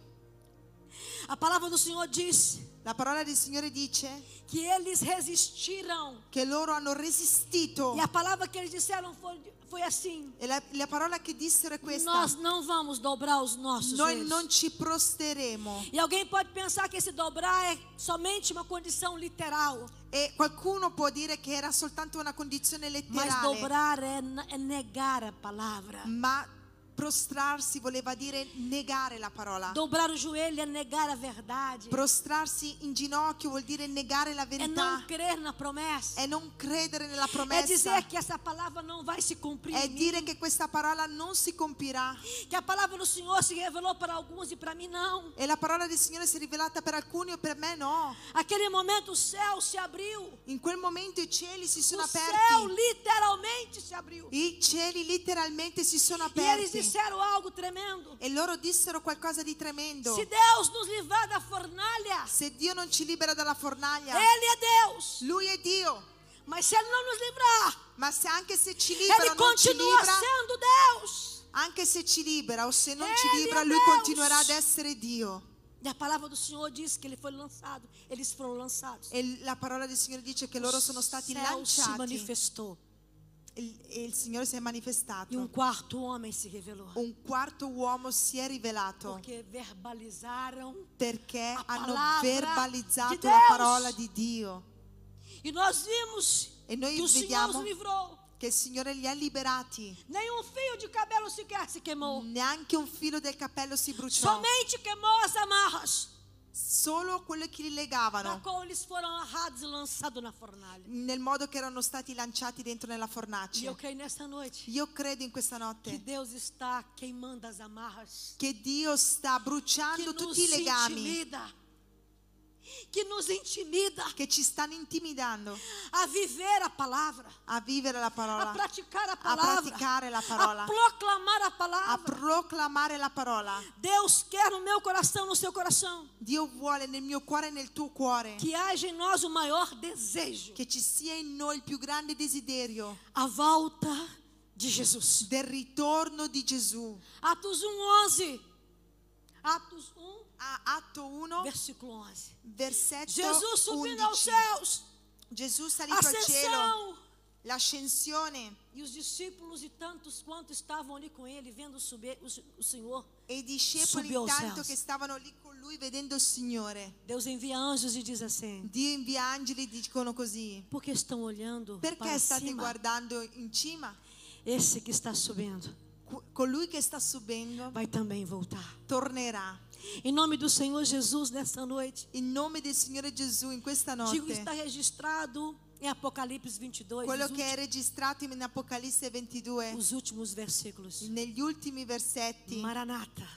Speaker 2: A palavra do Senhor diz
Speaker 3: La parola del Signore dice
Speaker 2: que eles resistiram.
Speaker 3: che loro hanno resistito.
Speaker 2: E a palavra que eles disseram foi, foi assim:
Speaker 3: E la, la parola che dissero è questa.
Speaker 2: Nós não vamos dobrar os nossos
Speaker 3: Noi
Speaker 2: joelhos.
Speaker 3: non ci prosteremo.
Speaker 2: E alguém pode pensar que esse dobrar é somente uma condição literal,
Speaker 3: E qualcuno può dire che era soltanto una condizione
Speaker 2: mas
Speaker 3: letterale.
Speaker 2: dobrar é, n- é negar a palavra.
Speaker 3: ma prostrarsi voleva dire negare la parola.
Speaker 2: Dobrar o joelho é negar a verdade,
Speaker 3: Prostrarsi in ginocchio vuol dire negare la
Speaker 2: é não
Speaker 3: verità
Speaker 2: crer na promessa,
Speaker 3: e non credere nella
Speaker 2: é
Speaker 3: É promessa.
Speaker 2: dizer que essa palavra não vai se cumprir,
Speaker 3: È
Speaker 2: em mim,
Speaker 3: dire che questa parola non si compirà.
Speaker 2: que a palavra do Senhor se revelou para alguns e para mim não.
Speaker 3: E la parola del Signore si è rivelata per alcuni e per me no.
Speaker 2: Aquele momento o céu se abriu,
Speaker 3: In quel momento i cieli si sono
Speaker 2: o céu
Speaker 3: aperti.
Speaker 2: literalmente se abriu.
Speaker 3: I cieli letteralmente si sono
Speaker 2: E eles
Speaker 3: aperti.
Speaker 2: disseram algo tremendo.
Speaker 3: E loro dissero qualcosa di tremendo.
Speaker 2: Se Deus nos livrar da fornalha,
Speaker 3: Se Dio non ci libera dalla fornaglia,
Speaker 2: Ele è Deus.
Speaker 3: Lui è Dio.
Speaker 2: Mas se Ele não nos livrar,
Speaker 3: Ma se anche se ci libera
Speaker 2: Ele
Speaker 3: o non ci
Speaker 2: continua
Speaker 3: libera,
Speaker 2: sendo Deus.
Speaker 3: anche se ci libera o se non
Speaker 2: Eh,
Speaker 3: ci
Speaker 2: Dio
Speaker 3: libera, lui
Speaker 2: Deus.
Speaker 3: continuerà ad essere Dio.
Speaker 2: E a palavra do Senhor diz que Ele foi lançado. Eles foram lançados.
Speaker 3: E la parola del Signore dice che loro sono
Speaker 2: O
Speaker 3: stati
Speaker 2: céu se
Speaker 3: lanciati
Speaker 2: manifestou
Speaker 3: e il- e il Signore si è
Speaker 2: e
Speaker 3: manifestato.
Speaker 2: um quarto homem se revelou.
Speaker 3: Un quarto uomo si è rivelato
Speaker 2: Porque verbalizaram.
Speaker 3: perché
Speaker 2: la
Speaker 3: hanno
Speaker 2: palabra di
Speaker 3: verbalizzato
Speaker 2: Deus.
Speaker 3: la parola di Dio
Speaker 2: E nós vimos
Speaker 3: E noi
Speaker 2: que o Senhor
Speaker 3: vediamo-
Speaker 2: nos livrou.
Speaker 3: che il Signore li ha liberati.
Speaker 2: Nenhum fio de cabelo sequer se queimou.
Speaker 3: Neanche un filo del cappello si bruciò,
Speaker 2: Somente queimou as amarras.
Speaker 3: solo quello che li
Speaker 2: Na
Speaker 3: legavano
Speaker 2: qual eles foram amarrados e lançados na fornalha.
Speaker 3: nel modo che erano stati lanciati dentro nella
Speaker 2: E
Speaker 3: fornace.
Speaker 2: eu creio nessa noite
Speaker 3: Io credo in questa
Speaker 2: que
Speaker 3: notte
Speaker 2: Deus está queimando as amarras
Speaker 3: che Dio sta
Speaker 2: que
Speaker 3: bruciando
Speaker 2: nos
Speaker 3: tutti i legami
Speaker 2: intimida, que nos intimida
Speaker 3: che ci stanno intimidando
Speaker 2: a viver a palavra,
Speaker 3: a vivere la
Speaker 2: a
Speaker 3: parola,
Speaker 2: praticar a
Speaker 3: a
Speaker 2: palavra,
Speaker 3: praticare la
Speaker 2: a
Speaker 3: parola,
Speaker 2: proclamar a
Speaker 3: a
Speaker 2: palavra.
Speaker 3: proclamare la parola.
Speaker 2: Deus quer no meu coração, no seu coração,
Speaker 3: Dio vuole nel mio cuore e nel tuo cuore
Speaker 2: que haja em nós o maior desejo,
Speaker 3: che ci sia in noi il più grande desiderio
Speaker 2: a volta de Jesus.
Speaker 3: del ritorno di Gesù.
Speaker 2: Atos 1:11. Atos 1,
Speaker 3: A Atto 1,
Speaker 2: versículo 11.
Speaker 3: versetto
Speaker 2: Jesus subindo aos
Speaker 3: 11.
Speaker 2: céus,
Speaker 3: Gesù salito al cielo,
Speaker 2: ascensão.
Speaker 3: l'ascensione
Speaker 2: E os discípulos e tantos quantos estavam ali com ele, vendo subir o, o Senhor.
Speaker 3: e i discepoli
Speaker 2: Subì aos
Speaker 3: intanto
Speaker 2: cielos.
Speaker 3: che stavano lì con lui vedendo il Signore.
Speaker 2: Deus envia anjos e diz assim:
Speaker 3: Dio invia angeli e dicono così.
Speaker 2: Por que estão olhando
Speaker 3: Perché
Speaker 2: para
Speaker 3: state
Speaker 2: cima?
Speaker 3: guardando in cima?
Speaker 2: Esse que está subindo
Speaker 3: Cu- Colui che sta subendo
Speaker 2: vai também voltar.
Speaker 3: tornerà.
Speaker 2: Em nome do Senhor Jesus, nessa noite,
Speaker 3: In nome del Signore Gesù in questa
Speaker 2: digo está
Speaker 3: notte,
Speaker 2: registrado em Apocalipse 22,
Speaker 3: quello
Speaker 2: os,
Speaker 3: che
Speaker 2: ulti-
Speaker 3: è registrato in Apocalisse 22,
Speaker 2: os últimos versículos.
Speaker 3: negli ultimi versetti,
Speaker 2: Maranata,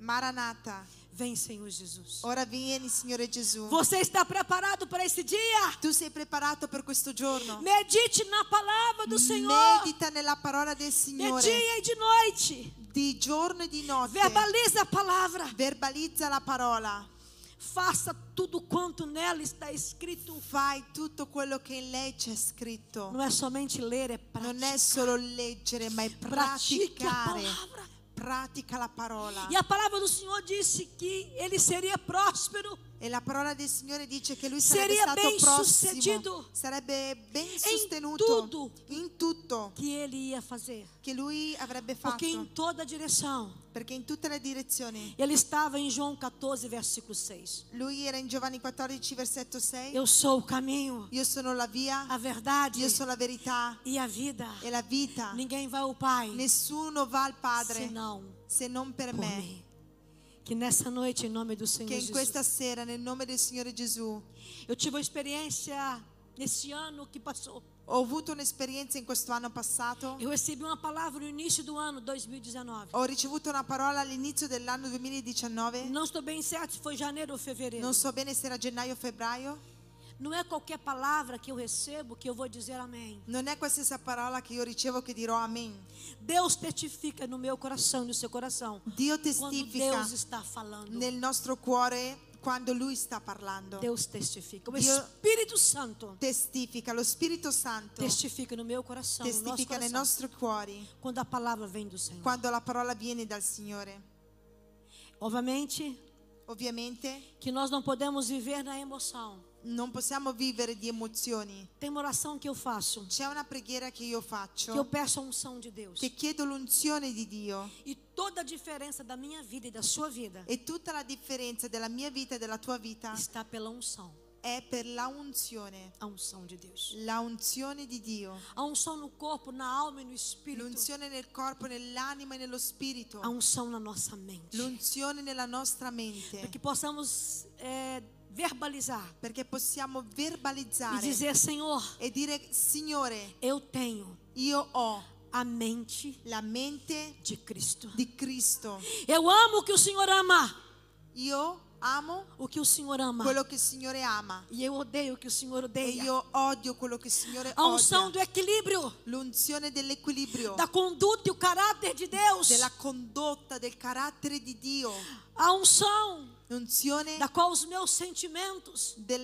Speaker 3: Maranata,
Speaker 2: vem Senhor Jesus.
Speaker 3: ora vieni Signore Gesù.
Speaker 2: Você está preparado para esse dia?
Speaker 3: Tu sei preparato per questo giorno?
Speaker 2: Medite na palavra do Senhor.
Speaker 3: Medita nella parola del
Speaker 2: De
Speaker 3: Signore,
Speaker 2: dia e de noite.
Speaker 3: di giorno e di notte.
Speaker 2: Verbaliza a palavra.
Speaker 3: Verbalizza la parola.
Speaker 2: Faça tudo quanto nela está escrito.
Speaker 3: Fai tutto quello che in lei c'è scritto.
Speaker 2: Não é somente ler, é prática.
Speaker 3: Non è solo leggere, ma è
Speaker 2: Pratique a
Speaker 3: praticare.
Speaker 2: palavra.
Speaker 3: Pratica la parola.
Speaker 2: E a palavra do Senhor disse que ele seria próspero
Speaker 3: E la parola del Signore dice che lui sarebbe
Speaker 2: Seria
Speaker 3: stato
Speaker 2: ben
Speaker 3: prossimo,
Speaker 2: succedido.
Speaker 3: sarebbe ben sostenuto
Speaker 2: tudo.
Speaker 3: in tutto
Speaker 2: que ele ia fazer.
Speaker 3: che lui avrebbe fatto,
Speaker 2: Porque em toda direção.
Speaker 3: perché in tutte le direzioni.
Speaker 2: Ele estava em João 14, versículo 6.
Speaker 3: Lui era in Giovanni 14 versetto 6.
Speaker 2: Eu sou o caminho,
Speaker 3: Io sono la via,
Speaker 2: a verdade
Speaker 3: io sono la verità
Speaker 2: e a vida.
Speaker 3: e la vita.
Speaker 2: Ninguém vai ao Pai
Speaker 3: Nessuno va al Padre
Speaker 2: senão
Speaker 3: se non per
Speaker 2: por
Speaker 3: me.
Speaker 2: mim. Que nessa noite, em nome do Senhor
Speaker 3: Che in
Speaker 2: Jesus,
Speaker 3: questa sera, nel nome del Signore Gesù,
Speaker 2: eu tive uma experiência nesse ano que passou.
Speaker 3: Ho avuto un'esperienza in questo anno passato.
Speaker 2: Eu recebi uma palavra no início do ano 2019.
Speaker 3: Ho ricevuto una parola all'inizio dell'anno 2019.
Speaker 2: Não estou bem certo se foi janeiro ou fevereiro.
Speaker 3: Non so bene se era gennaio o febbraio.
Speaker 2: Não é qualquer palavra que eu recebo que eu vou dizer amém.
Speaker 3: Non è qualsiasi parola che io ricevo che dirò amen.
Speaker 2: Deus testifica no meu coração e no seu coração
Speaker 3: Dio
Speaker 2: quando
Speaker 3: testifica
Speaker 2: Deus está falando.
Speaker 3: nel nostro cuore quando lui sta parlando.
Speaker 2: Deus testifica. O
Speaker 3: Dio-
Speaker 2: Espírito Santo
Speaker 3: Testifica, lo Spirito Santo
Speaker 2: testifica no meu coração, no nosso
Speaker 3: testifica nei
Speaker 2: coração,
Speaker 3: nostri cuori
Speaker 2: quando a palavra vem do Senhor.
Speaker 3: quando la parola viene dal Signore.
Speaker 2: Obviamente
Speaker 3: Ovviamente
Speaker 2: que nós não podemos viver na emoção.
Speaker 3: non possiamo vivere di emozioni.
Speaker 2: Tem uma oração que eu faço,
Speaker 3: C'è una preghiera che
Speaker 2: que eu
Speaker 3: io faccio
Speaker 2: peço a unção de Deus.
Speaker 3: che chiedo l'unzione di Dio
Speaker 2: E toda a diferença da minha vida e da sua vida
Speaker 3: e tutta la differenza della mia vita e della tua vita
Speaker 2: está pela unção,
Speaker 3: è per la unzione,
Speaker 2: a unção de Deus.
Speaker 3: la unzione di Dio,
Speaker 2: A unção no corpo, na alma e no espírito.
Speaker 3: l'unzione nel corpo, nell'anima e nello spirito,
Speaker 2: A unção na nossa mente.
Speaker 3: l'unzione nella nostra
Speaker 2: Para que
Speaker 3: mente,
Speaker 2: possamos eh, verbalizar
Speaker 3: perché possiamo
Speaker 2: e
Speaker 3: verbalizzare
Speaker 2: dizer: Senhor,
Speaker 3: e dire Signore,
Speaker 2: eu tenho
Speaker 3: io ho
Speaker 2: a mente
Speaker 3: la mente
Speaker 2: de Cristo.
Speaker 3: di Cristo,
Speaker 2: Eu amo o que o Senhor ama.
Speaker 3: io amo
Speaker 2: O que o Senhor ama.
Speaker 3: quello che il Signore ama
Speaker 2: E eu odeio o que o Senhor
Speaker 3: e
Speaker 2: odeia.
Speaker 3: io odio quello che il Signore
Speaker 2: A unção do
Speaker 3: odia,
Speaker 2: equilíbrio,
Speaker 3: l'unzione dell'equilibrio,
Speaker 2: da conduta e o caráter de Deus.
Speaker 3: della condotta, del carattere di Dio,
Speaker 2: A unção
Speaker 3: l'unzione
Speaker 2: da qual os meus sentimentos
Speaker 3: del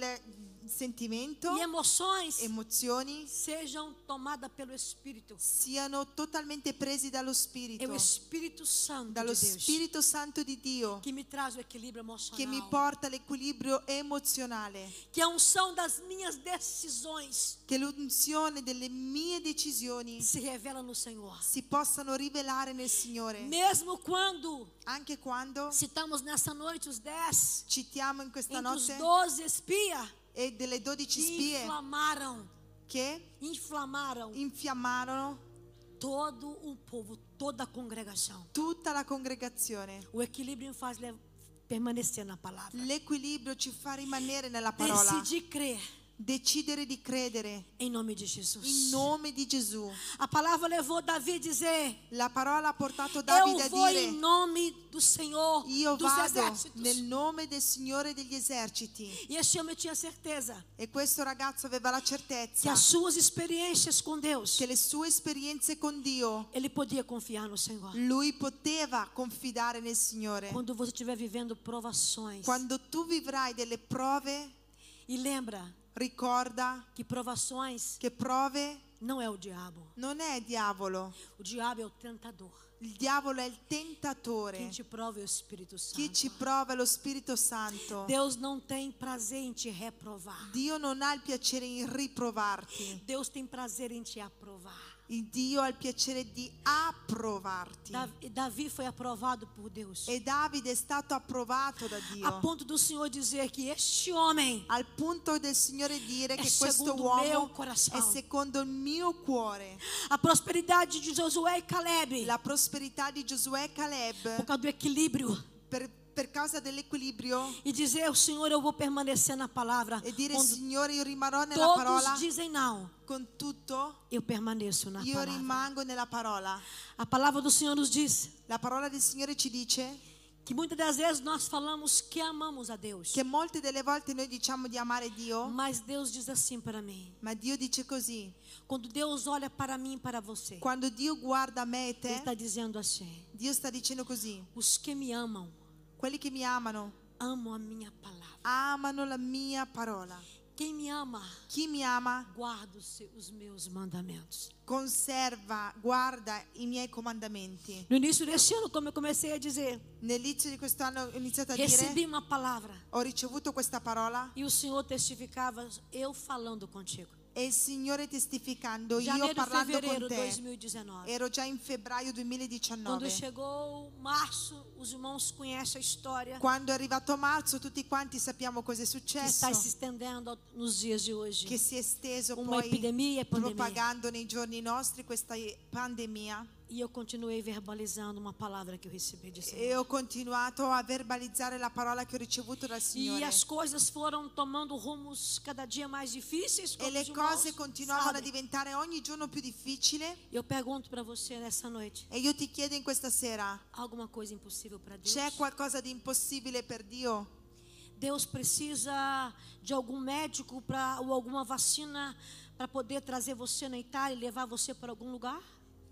Speaker 3: sentimento,
Speaker 2: e emoções
Speaker 3: emozioni
Speaker 2: sejam tomadas pelo Espírito.
Speaker 3: siano totalmente presi dallo
Speaker 2: É o
Speaker 3: Spirito,
Speaker 2: Espírito Santo
Speaker 3: dallo
Speaker 2: de Deus
Speaker 3: Spirito Santo di Dio
Speaker 2: que me traz o equilíbrio emocional.
Speaker 3: che mi porta all'equilibrio emozionale,
Speaker 2: que a unção das minhas decisões
Speaker 3: che l'unzione delle mie decisioni
Speaker 2: se revela no Senhor.
Speaker 3: si possano rivelare nel Signore,
Speaker 2: Mesmo quando
Speaker 3: anche quando
Speaker 2: citamos nessa noite os dez,
Speaker 3: citiamo in questa
Speaker 2: entre os
Speaker 3: notte
Speaker 2: doze espia
Speaker 3: e delle 12
Speaker 2: que
Speaker 3: spie
Speaker 2: inflamaram,
Speaker 3: che
Speaker 2: inflamaram
Speaker 3: infiammarono
Speaker 2: todo o povo, toda a congregação.
Speaker 3: tutta la congregazione.
Speaker 2: O equilíbrio faz le- permanecer na palavra.
Speaker 3: L'equilibrio ci fa rimanere nella parola,
Speaker 2: Decidi crer
Speaker 3: decidere di credere
Speaker 2: em nome de
Speaker 3: in
Speaker 2: Jesus.
Speaker 3: nome di Gesù.
Speaker 2: A palavra levou Davi a dizer:
Speaker 3: La parola ha portato Davide
Speaker 2: Eu
Speaker 3: a
Speaker 2: vou em
Speaker 3: dire
Speaker 2: nome do Senhor
Speaker 3: io
Speaker 2: dos
Speaker 3: vado
Speaker 2: exércitos.
Speaker 3: nel nome del Signore degli eserciti.
Speaker 2: E esse homem tinha certeza
Speaker 3: E questo ragazzo aveva la
Speaker 2: que
Speaker 3: certezza
Speaker 2: as suas experiências com Deus,
Speaker 3: che le sue esperienze con Dio,
Speaker 2: ele podia confiar no Senhor.
Speaker 3: lui poteva confidare nel Signore.
Speaker 2: Quando você estiver vivendo provações,
Speaker 3: é. Quando tu vivrai delle prove,
Speaker 2: e lembra
Speaker 3: ricorda
Speaker 2: que provações
Speaker 3: che prove
Speaker 2: não é o diabo.
Speaker 3: non è il diavolo,
Speaker 2: O diabo é o tentador.
Speaker 3: il diavolo è il
Speaker 2: Quem
Speaker 3: tentatore.
Speaker 2: te prova é o Espírito
Speaker 3: Chi ci
Speaker 2: Santo.
Speaker 3: prova è lo Spirito Santo.
Speaker 2: Deus não tem prazer em te reprovar.
Speaker 3: Dio non ha il piacere in riprovarti,
Speaker 2: Deus tem prazer em te aprovar.
Speaker 3: il Dio ha il piacere di approvarti.
Speaker 2: Davi, Davi foi aprovado por Deus.
Speaker 3: E Davide è stato approvato da
Speaker 2: A
Speaker 3: Dio
Speaker 2: ponto do Senhor dizer que este homem
Speaker 3: al punto del Signore dire
Speaker 2: È
Speaker 3: che questo
Speaker 2: secondo mio
Speaker 3: uomo
Speaker 2: corazon.
Speaker 3: è secondo il mio cuore.
Speaker 2: A prosperidade de Josué e Caleb,
Speaker 3: La prosperità di Giosuè e
Speaker 2: por
Speaker 3: Caleb
Speaker 2: causa do equilíbrio.
Speaker 3: per, per causa dell'equilibrio
Speaker 2: E dizer ao Senhor, eu vou permanecer na palavra.
Speaker 3: e dire
Speaker 2: Quando
Speaker 3: Signore io rimarrò nella parola
Speaker 2: todos dizem não,
Speaker 3: con tutto,
Speaker 2: eu permaneço na
Speaker 3: io
Speaker 2: palavra.
Speaker 3: rimango nella parola.
Speaker 2: A palavra do Senhor nos diz
Speaker 3: La parola del Signore ci dice
Speaker 2: que muitas das vezes nós falamos que amamos a Deus.
Speaker 3: che molte delle volte noi diciamo di amare Dio,
Speaker 2: Mas Deus diz assim para mim.
Speaker 3: ma Dio dice così.
Speaker 2: Quando Deus olha para mim e para você,
Speaker 3: Quando é? Dio guarda me e
Speaker 2: Ele está
Speaker 3: te,
Speaker 2: dizendo assim:
Speaker 3: Dio sta dicendo così.
Speaker 2: Os que me amam,
Speaker 3: Quelli che mi amano,
Speaker 2: amam a minha palavra.
Speaker 3: amano la mia parola.
Speaker 2: Quem me ama,
Speaker 3: Chi mi ama,
Speaker 2: guarda os seus- os meus mandamentos.
Speaker 3: conserva, guarda i miei comandamenti.
Speaker 2: No início desse ano, como eu comecei a dizer,
Speaker 3: Nell'inizio di quest'anno ho iniziato a
Speaker 2: recebi
Speaker 3: dire,
Speaker 2: uma palavra
Speaker 3: ho ricevuto questa parola
Speaker 2: e o Senhor testificava eu falando contigo.
Speaker 3: e il Signore testificando, io
Speaker 2: Janeiro,
Speaker 3: parlando
Speaker 2: fevereiro
Speaker 3: con
Speaker 2: de
Speaker 3: te.
Speaker 2: 2019.
Speaker 3: Ero già in febbraio
Speaker 2: Quando
Speaker 3: 2019.
Speaker 2: chegou março, os irmãos conhecem a história
Speaker 3: Quando è arrivato marzo tutti quanti sappiamo cosa è
Speaker 2: que está Né, tá se
Speaker 3: successo,
Speaker 2: estendendo nos dias de hoje.
Speaker 3: che si è esteso
Speaker 2: Uma
Speaker 3: poi
Speaker 2: epidemia e pandemia.
Speaker 3: propagando nei giorni nostri questa pandemia
Speaker 2: E eu continuei verbalizando uma palavra que eu recebi de
Speaker 3: e
Speaker 2: Senhor.
Speaker 3: ho continuato a verbalizzare la parola che ho ricevuto dal
Speaker 2: E
Speaker 3: Signore
Speaker 2: as coisas foram tomando rumos cada dia mais difíceis.
Speaker 3: e
Speaker 2: como
Speaker 3: le
Speaker 2: os irmãos
Speaker 3: cose continuavano a
Speaker 2: sabem.
Speaker 3: diventare ogni giorno più difficili
Speaker 2: Eu pergunto para você nessa noite:
Speaker 3: e io ti chiedo in questa sera,
Speaker 2: alguma coisa impossível para Deus?
Speaker 3: c'è qualcosa di impossibile per Dio?
Speaker 2: Deus precisa de algum médico pra, ou alguma vacina para poder trazer você na Itália e levar você para algum lugar?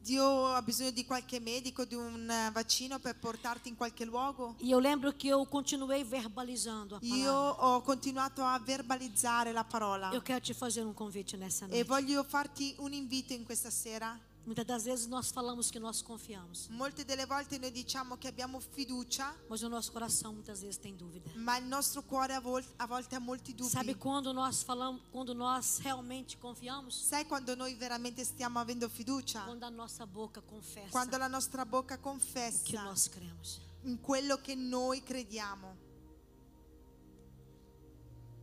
Speaker 3: Dio ha bisogno di qualche medico, di un eh, vaccino per portarti in qualche luogo?
Speaker 2: E eu lembro que eu continuei verbalizando a
Speaker 3: Io
Speaker 2: palavra.
Speaker 3: ho continuato a verbalizzare la parola
Speaker 2: Eu quero te fazer um convite nessa
Speaker 3: e
Speaker 2: noite.
Speaker 3: voglio farti un invito in questa sera.
Speaker 2: Muitas das vezes nós falamos que nós confiamos,
Speaker 3: Molte delle volte noi diciamo che abbiamo fiducia,
Speaker 2: mas o nosso coração muitas vezes tem dúvida.
Speaker 3: ma il nostro cuore a, vol- a volte ha molti dubbi.
Speaker 2: Sabe quando nós falamos, quando nós realmente confiamos?
Speaker 3: Sai quando noi veramente stiamo avendo fiducia?
Speaker 2: Quando a nossa boca confessa
Speaker 3: Quando la nostra bocca
Speaker 2: o que
Speaker 3: confessa
Speaker 2: nós cremos.
Speaker 3: in quello che noi crediamo.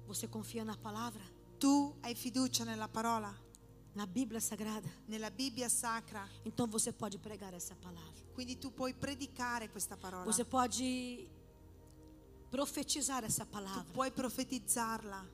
Speaker 2: Você confia na palavra,
Speaker 3: Tu hai fiducia nella parola,
Speaker 2: na Bíblia Sagrada?
Speaker 3: nella Bibbia sacra,
Speaker 2: Então você pode pregar essa palavra.
Speaker 3: quindi tu puoi predicare questa parola.
Speaker 2: Você pode profetizar essa
Speaker 3: Tu
Speaker 2: palavra
Speaker 3: puoi profetizzarla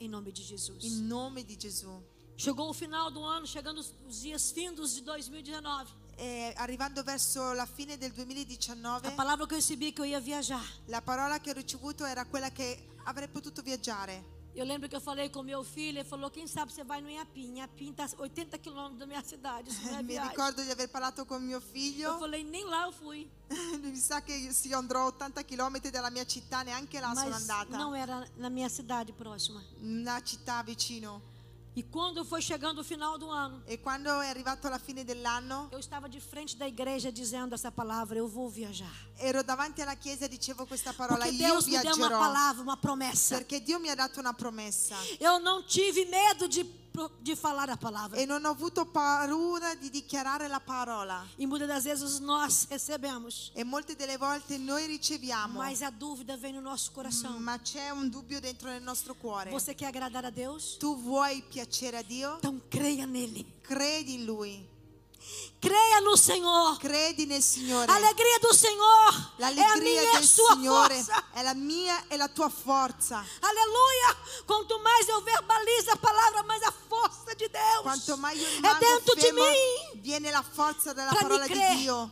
Speaker 2: em nome de Jesus.
Speaker 3: in nome di Gesù.
Speaker 2: Chegou o final do ano, chegando os- os dias findos de 2019.
Speaker 3: E arrivando verso la fine del
Speaker 2: A
Speaker 3: 2019,
Speaker 2: palavra que eu recebi é que eu ia viajar.
Speaker 3: la parola che ho ricevuto era quella che avrei potuto viaggiare.
Speaker 2: Eu lembro que eu falei com meu filho, ele falou: quem sabe você vai no Inhapim. Inhapim está 80 quilômetros da minha cidade, isso não é
Speaker 3: Mi
Speaker 2: viagem.
Speaker 3: ricordo di aver parlato con mio
Speaker 2: Eu
Speaker 3: figlio.
Speaker 2: falei, nem lá eu fui.
Speaker 3: Mi sa che io- sì, andrò 80 km dalla mia città, neanche là sono
Speaker 2: Mas não
Speaker 3: andata.
Speaker 2: era na minha cidade próxima.
Speaker 3: Una città vicino.
Speaker 2: E quando foi chegando o final do ano,
Speaker 3: E quando è arrivato la fine dell'anno,
Speaker 2: eu estava de frente da igreja dizendo essa palavra: eu vou viajar.
Speaker 3: ero davanti alla chiesa e dicevo questa parola,
Speaker 2: Porque
Speaker 3: io
Speaker 2: Deus me deu uma
Speaker 3: viaggerò.
Speaker 2: palavra, uma promessa.
Speaker 3: Perché Dio mi ha dato una promessa
Speaker 2: Eu não tive medo de, pro- de falar a palavra.
Speaker 3: e non ho avuto paura di dichiarare la parola.
Speaker 2: E muitas das vezes nós recebemos,
Speaker 3: E molte delle volte noi riceviamo,
Speaker 2: mas a dúvida vem no nosso coração.
Speaker 3: ma c'è un dubbio dentro nel nostro cuore.
Speaker 2: Você quer agradar a Deus?
Speaker 3: Tu vuoi piacere a Dio?
Speaker 2: Então creia nele.
Speaker 3: Credi in Lui,
Speaker 2: Creia no Senhor.
Speaker 3: credi nel Signore.
Speaker 2: A alegria do Senhor é a minha
Speaker 3: L'allegria
Speaker 2: e a
Speaker 3: del
Speaker 2: sua
Speaker 3: Signore
Speaker 2: força.
Speaker 3: è la mia e la tua forza.
Speaker 2: Aleluia! Quanto mais eu verbalizo a palavra, mais a força de Deus
Speaker 3: Quanto mai io
Speaker 2: é
Speaker 3: rimango
Speaker 2: dentro de
Speaker 3: fermo,
Speaker 2: mim.
Speaker 3: viene la forza della
Speaker 2: Pra mi
Speaker 3: parola di
Speaker 2: cre-
Speaker 3: Dio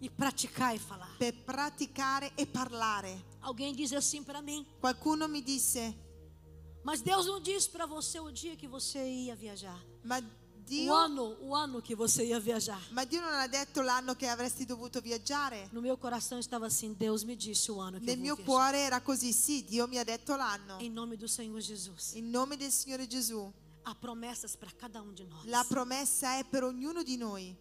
Speaker 2: E praticar e falar.
Speaker 3: per praticare e parlare.
Speaker 2: Alguém diz assim para mim,
Speaker 3: Qualcuno mi disse,
Speaker 2: mas Deus não disse para você o dia que você ia viajar.
Speaker 3: ma
Speaker 2: O
Speaker 3: Dio,
Speaker 2: ano, o ano que você ia viajar.
Speaker 3: ma Dio non ha detto l'anno che avresti dovuto viaggiare.
Speaker 2: No meu coração estava assim, Deus me disse o ano que
Speaker 3: Nel
Speaker 2: eu
Speaker 3: mio
Speaker 2: vou viajar.
Speaker 3: cuore era così, sì, Dio mi ha detto l'anno.
Speaker 2: Em nome do Senhor Jesus.
Speaker 3: In nome del Signore Gesù,
Speaker 2: Há promessas para cada um de nós.
Speaker 3: la promessa è per ognuno di noi.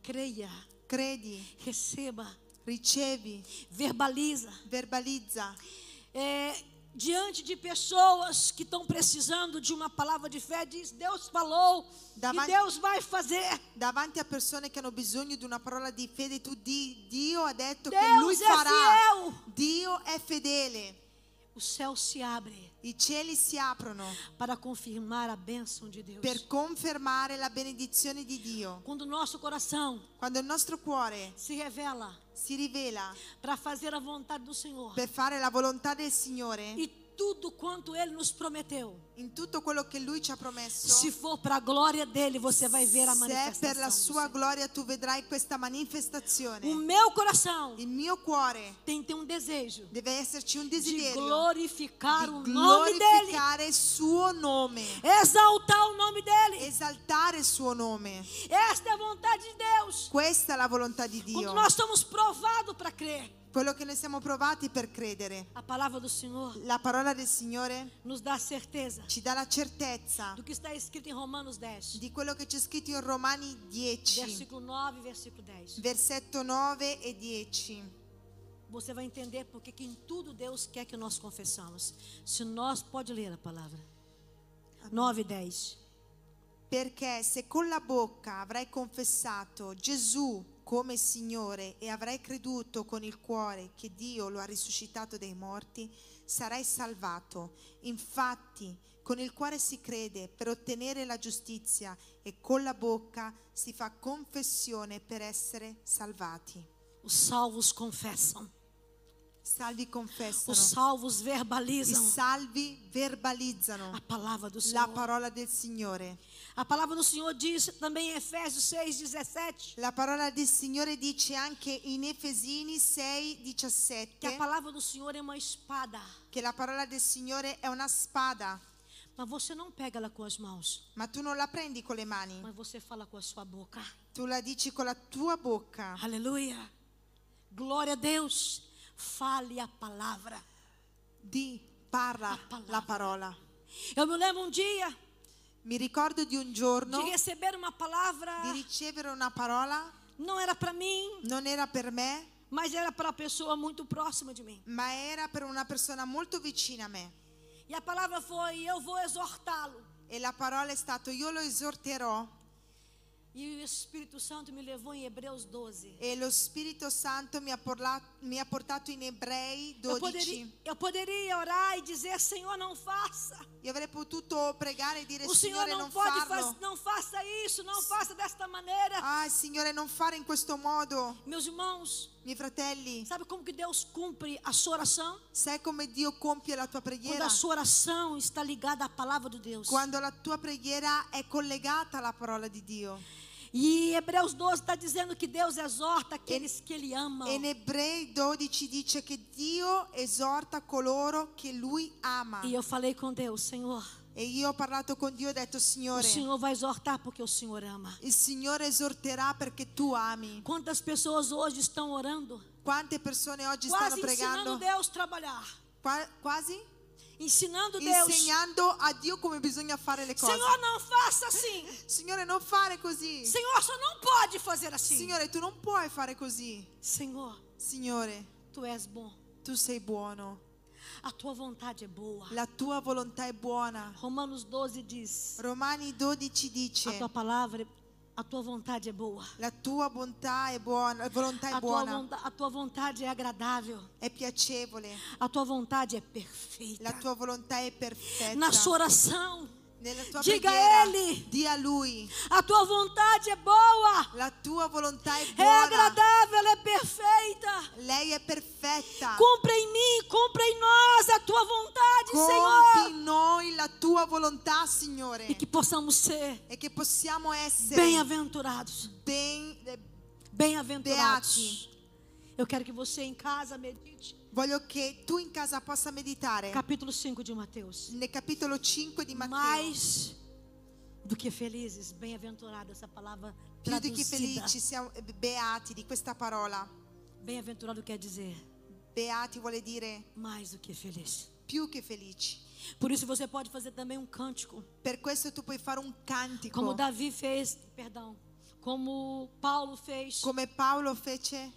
Speaker 2: Creia,
Speaker 3: Credi,
Speaker 2: receba,
Speaker 3: ricevi,
Speaker 2: verbaliza.
Speaker 3: verbalizza.
Speaker 2: É, diante de pessoas que estão precisando de uma palavra de fé, diz: Deus falou e
Speaker 3: Davan-
Speaker 2: Deus vai fazer.
Speaker 3: Davanti a persone che hanno bisogno di una parola di fede, tu di Dio ha detto che Lui
Speaker 2: Deus é
Speaker 3: farà.
Speaker 2: fiel.
Speaker 3: Dio è fedele.
Speaker 2: O céu se abre
Speaker 3: I cieli si aprono
Speaker 2: para confirmar a bênção de Deus.
Speaker 3: per confermare la benedizione di Dio.
Speaker 2: Quando o nosso coração
Speaker 3: Quando il nostro cuore
Speaker 2: se revela
Speaker 3: si rivela
Speaker 2: para fazer a vontade do Senhor
Speaker 3: per fare la volontà del Signore,
Speaker 2: e tudo quanto Ele nos prometeu,
Speaker 3: in tutto quello che Lui ci ha promesso,
Speaker 2: se for para a glória dele, você vai ver a
Speaker 3: se è per
Speaker 2: manifestação.
Speaker 3: la
Speaker 2: do
Speaker 3: sua
Speaker 2: Senhor.
Speaker 3: gloria tu vedrai questa
Speaker 2: O
Speaker 3: manifestazione.
Speaker 2: meu coração
Speaker 3: Il mio cuore
Speaker 2: tem que ter um desejo
Speaker 3: deve esserci un
Speaker 2: de
Speaker 3: desiderio
Speaker 2: glorificar o
Speaker 3: di
Speaker 2: nome dele.
Speaker 3: glorificare il suo nome,
Speaker 2: exaltar o nome dele.
Speaker 3: esaltare il suo nome.
Speaker 2: Esta é a vontade de Deus.
Speaker 3: Questa è la volontà di
Speaker 2: Quando
Speaker 3: Dio.
Speaker 2: nós somos provados para crer,
Speaker 3: Quello che noi siamo provati per credere.
Speaker 2: a palavra do Senhor
Speaker 3: La parola del Signore
Speaker 2: nos dá certeza
Speaker 3: ci dà la certezza
Speaker 2: do que está escrito em Romanos 10,
Speaker 3: di quello che c'è scritto in Romani 10,
Speaker 2: versículo 9 e versículo 10.
Speaker 3: versetto 9 e 10.
Speaker 2: Você vai entender porque que em tudo Deus quer que nós confessamos. Se nós, pode ler a palavra. 9 e 10.
Speaker 3: Perché se con la bocca avrai confessato Gesù come Signore e avrai creduto con il cuore che Dio lo ha risuscitato dai morti, sarai salvato. Infatti, con il cuore si crede per ottenere la giustizia e con la bocca si fa confessione per essere salvati.
Speaker 2: Os salvos confessam.
Speaker 3: Salvi
Speaker 2: Os
Speaker 3: confessano,
Speaker 2: salvos
Speaker 3: i
Speaker 2: verbalizam
Speaker 3: salvi
Speaker 2: a
Speaker 3: verbalizzano
Speaker 2: palavra do
Speaker 3: la
Speaker 2: Senhor.
Speaker 3: parola del Signore.
Speaker 2: A palavra do Senhor diz também em Efésios 6, 17.
Speaker 3: La parola del Signore dice anche in Efesini
Speaker 2: que a
Speaker 3: 6:17
Speaker 2: palavra do Senhor é uma espada
Speaker 3: che la parola del Signore è una spada
Speaker 2: Mas você não pega ela com as mãos,
Speaker 3: ma tu non la prendi con le mani,
Speaker 2: mas você fala com a sua boca.
Speaker 3: tu la dici con la tua bocca.
Speaker 2: Aleluia. Glória a Deus. Fale a palavra.
Speaker 3: Di, parla
Speaker 2: La parola.
Speaker 3: la parola.
Speaker 2: Eu me lembro um dia
Speaker 3: Mi ricordo di un giorno
Speaker 2: de receber uma palavra.
Speaker 3: di ricevere una parola,
Speaker 2: Não era para mim,
Speaker 3: non era per me,
Speaker 2: mas era para a pessoa muito próxima de mim.
Speaker 3: ma era per una persona molto vicina a me.
Speaker 2: E a palavra foi: Eu vou exortá-lo.
Speaker 3: E la parola è stata io lo esorterò
Speaker 2: E o Espírito Santo me levou em Hebreus 12.
Speaker 3: e lo Spirito Santo mi ha, porla- mi ha portato in Ebrei
Speaker 2: Eu
Speaker 3: 12.
Speaker 2: poderia, eu poderia orar e dizer: Senhor, não faça.
Speaker 3: Io avrei potuto pregare e dire
Speaker 2: O Senhor
Speaker 3: Signore
Speaker 2: não
Speaker 3: non
Speaker 2: pode,
Speaker 3: farlo.
Speaker 2: faz- não faça isso, não faça desta maneira.
Speaker 3: Ah Signore non fare in questo modo.
Speaker 2: Meus irmãos,
Speaker 3: Miei fratelli,
Speaker 2: sabe como que Deus cumpre a sua oração?
Speaker 3: sai come Dio compie la tua
Speaker 2: Quando
Speaker 3: preghiera?
Speaker 2: a sua oração está ligada à palavra de Deus.
Speaker 3: Quando la tua preghiera è collegata alla parola di Dio.
Speaker 2: E Hebreus 12 está dizendo que Deus exorta aqueles que Ele ama.
Speaker 3: E in Ebrei 12 dice che Dio esorta coloro che Lui ama.
Speaker 2: E eu falei com Deus, Senhor,
Speaker 3: E io ho parlato con Dio e ho detto,
Speaker 2: o
Speaker 3: Signore,
Speaker 2: Senhor vai exortar porque o Senhor ama.
Speaker 3: il Signore esorterà perché tu ami.
Speaker 2: Quantas pessoas hoje estão orando,
Speaker 3: Quante persone oggi
Speaker 2: quase
Speaker 3: stanno
Speaker 2: ensinando
Speaker 3: pregando?
Speaker 2: Deus a trabalhar,
Speaker 3: Qua- quasi?
Speaker 2: ensinando Deus,
Speaker 3: Insegnando a Dio come bisogna fare le cose.
Speaker 2: Senhor não faça assim,
Speaker 3: Signore, non fare così.
Speaker 2: Senhor só não pode fazer assim.
Speaker 3: Signore, tu non puoi fare così.
Speaker 2: Senhor,
Speaker 3: Signore,
Speaker 2: Tu és bom,
Speaker 3: tu sei buono.
Speaker 2: a Tua vontade é boa.
Speaker 3: La tua volontà è buona.
Speaker 2: Romanos 12 diz,
Speaker 3: Romani 12
Speaker 2: a
Speaker 3: dice:
Speaker 2: Tua palavra, a Tua vontade é boa.
Speaker 3: La tua bontà è buona, la volontà è
Speaker 2: A tua,
Speaker 3: buona,
Speaker 2: vonta- a tua vontade é agradável.
Speaker 3: è piacevole.
Speaker 2: A tua vontade é perfeita.
Speaker 3: La tua volontà è perfetta.
Speaker 2: Na sua oração,
Speaker 3: Nella tua
Speaker 2: Diga
Speaker 3: preghiera,
Speaker 2: a Egli.
Speaker 3: di a lui.
Speaker 2: a tua vontade é boa,
Speaker 3: La tua volontà è
Speaker 2: é
Speaker 3: buona.
Speaker 2: agradável, é perfeita.
Speaker 3: Lei è perfetta.
Speaker 2: Cumpra em mim, cumpra em nós a tua vontade,
Speaker 3: Compi
Speaker 2: Senhor.
Speaker 3: in noi la tua volontà, Signore.
Speaker 2: E que possamos ser
Speaker 3: E che possiamo essere
Speaker 2: bem-aventurados.
Speaker 3: ben- eh,
Speaker 2: Bem-aventurados. Eu quero que você em casa medite.
Speaker 3: Voglio che tu in casa possa meditare
Speaker 2: Capítulo 5 É. de Mateus.
Speaker 3: nel capitolo 5 di Matteo.
Speaker 2: Mais do que felizes, bem-aventurada essa palavra
Speaker 3: più di che
Speaker 2: traduzida.
Speaker 3: felici siamo, eh, beati di questa parola.
Speaker 2: Bem-aventurado quer dizer
Speaker 3: Beati vuole dire
Speaker 2: mais do que feliz.
Speaker 3: più che felici.
Speaker 2: Por isso você pode fazer também um cântico,
Speaker 3: Per questo tu puoi fare un cantico
Speaker 2: como Davi fez, perdão, como Paulo fez
Speaker 3: come Paolo fece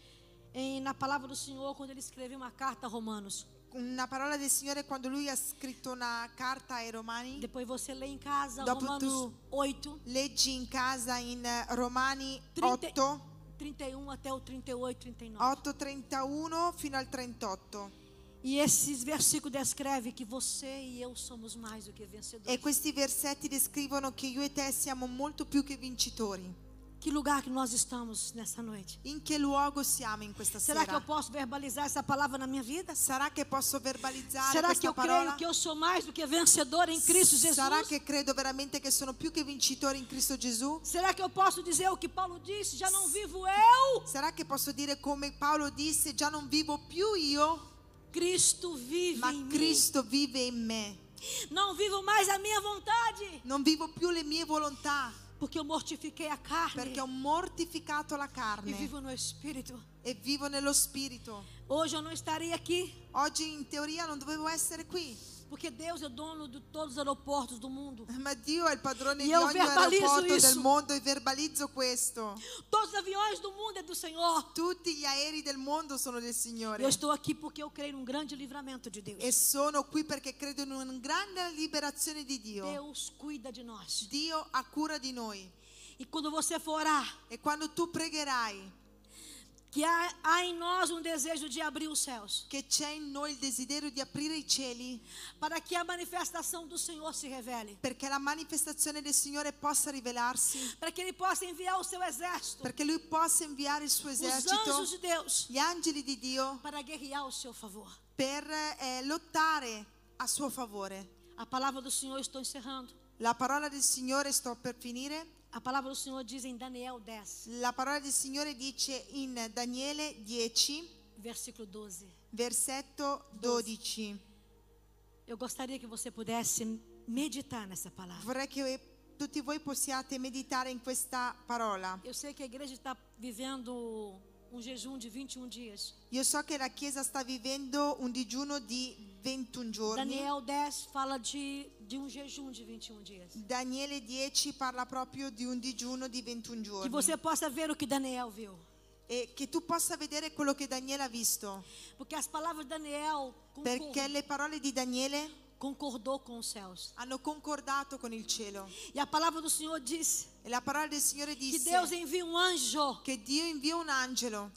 Speaker 2: em- na palavra do Senhor quando ele escreveu uma carta a Romanos.
Speaker 3: una parola del Signore quando lui ha scritto una carta ai Romani.
Speaker 2: Depois você lê em casa
Speaker 3: Dopo
Speaker 2: Romanos
Speaker 3: tu-
Speaker 2: 8,
Speaker 3: Leggi in casa in eh, Romani
Speaker 2: 30
Speaker 3: 8,
Speaker 2: 31 até o 38, 39.
Speaker 3: 8, 31 fino al 38.
Speaker 2: E esses versículos descrevem que você e eu somos mais do que
Speaker 3: E
Speaker 2: vencedores.
Speaker 3: questi versetti descrivono che io e te siamo molto più che vincitori.
Speaker 2: Que lugar que nós estamos nessa noite?
Speaker 3: In che luogo siamo in questa
Speaker 2: Será que eu
Speaker 3: sera?
Speaker 2: posso verbalizar essa palavra na minha vida?
Speaker 3: Sarà che posso verbalizzare
Speaker 2: Será que
Speaker 3: questa
Speaker 2: eu
Speaker 3: parola?
Speaker 2: creio que eu sou mais do que vencedor em Cristo Jesus?
Speaker 3: Sarà che credo veramente che sono più che vincitore in Cristo Gesù?
Speaker 2: Será que eu posso dizer o que Paulo disse? Já não vivo eu,
Speaker 3: Sarà che posso dire come Paolo disse, già non vivo più io,
Speaker 2: Cristo vive
Speaker 3: ma
Speaker 2: em
Speaker 3: Cristo vive in me.
Speaker 2: mim. Não vivo mais a minha vontade,
Speaker 3: Non vivo più le mie volontà,
Speaker 2: porque eu mortifiquei a carne
Speaker 3: perché ho mortificato la
Speaker 2: e
Speaker 3: carne
Speaker 2: vivo no espírito.
Speaker 3: e vivo nello spirito.
Speaker 2: Hoje eu não estarei aqui,
Speaker 3: Oggi in teoria non dovevo essere qui,
Speaker 2: porque Deus é dono de todos os aeroportos do mundo.
Speaker 3: ma Dio è il padrone di
Speaker 2: Io
Speaker 3: ogni
Speaker 2: verbalizzo
Speaker 3: aeroporto
Speaker 2: isso.
Speaker 3: del mondo e verbalizzo questo.
Speaker 2: Todos os aviões do mundo é do Senhor.
Speaker 3: Tutti gli aerei del mondo sono del Signore.
Speaker 2: Eu estou aqui porque eu creio num grande livramento de Deus.
Speaker 3: E sono qui perché credo in una grande liberazione di Dio.
Speaker 2: Deus cuida de nós.
Speaker 3: Dio ha cura di noi.
Speaker 2: E quando você for orar,
Speaker 3: E quando tu pregherai
Speaker 2: que há, há em nós um desejo de abrir os céus,
Speaker 3: che c'è in noi il desiderio di aprire i cieli
Speaker 2: para que a manifestação do Senhor se revele.
Speaker 3: perché la manifestazione del Signore possa rivelarsi,
Speaker 2: para que ele possa enviar o seu exército,
Speaker 3: perché Lui possa inviare il suo
Speaker 2: os anjos
Speaker 3: esercito,
Speaker 2: de Deus,
Speaker 3: gli angeli di Dio,
Speaker 2: para guerrear ao seu favor.
Speaker 3: per eh, lottare a suo favore.
Speaker 2: A palavra do Senhor, eu estou encerrando.
Speaker 3: La parola del Signore, sto per finire,
Speaker 2: A palavra do Senhor diz em Daniel 10,
Speaker 3: la parola del Signore dice in Daniele 10,
Speaker 2: versículo 12.
Speaker 3: versetto 12.
Speaker 2: Eu gostaria que você pudesse meditar nessa palavra.
Speaker 3: Vorrei che tutti voi possiate meditare in questa parola.
Speaker 2: Eu sei que a igreja está vivendo um jejum de 21 dias.
Speaker 3: Io so che la Chiesa sta vivendo un digiuno di 21 giorni.
Speaker 2: Daniel 10 fala de, de um jejum de 21 dias.
Speaker 3: Daniele 10 parla proprio di un digiuno di 21
Speaker 2: Que
Speaker 3: giorni.
Speaker 2: você possa ver o que Daniel viu.
Speaker 3: E che tu possa vedere quello che Daniele ha visto.
Speaker 2: Porque as palavras de Daniel concor-
Speaker 3: Perché le parole di Daniele
Speaker 2: concordou com os céus.
Speaker 3: hanno concordato con il cielo.
Speaker 2: E a palavra do Senhor diz
Speaker 3: E la parola del Signore
Speaker 2: que Deus
Speaker 3: disse
Speaker 2: envia um anjo.
Speaker 3: che Dio invia un angelo.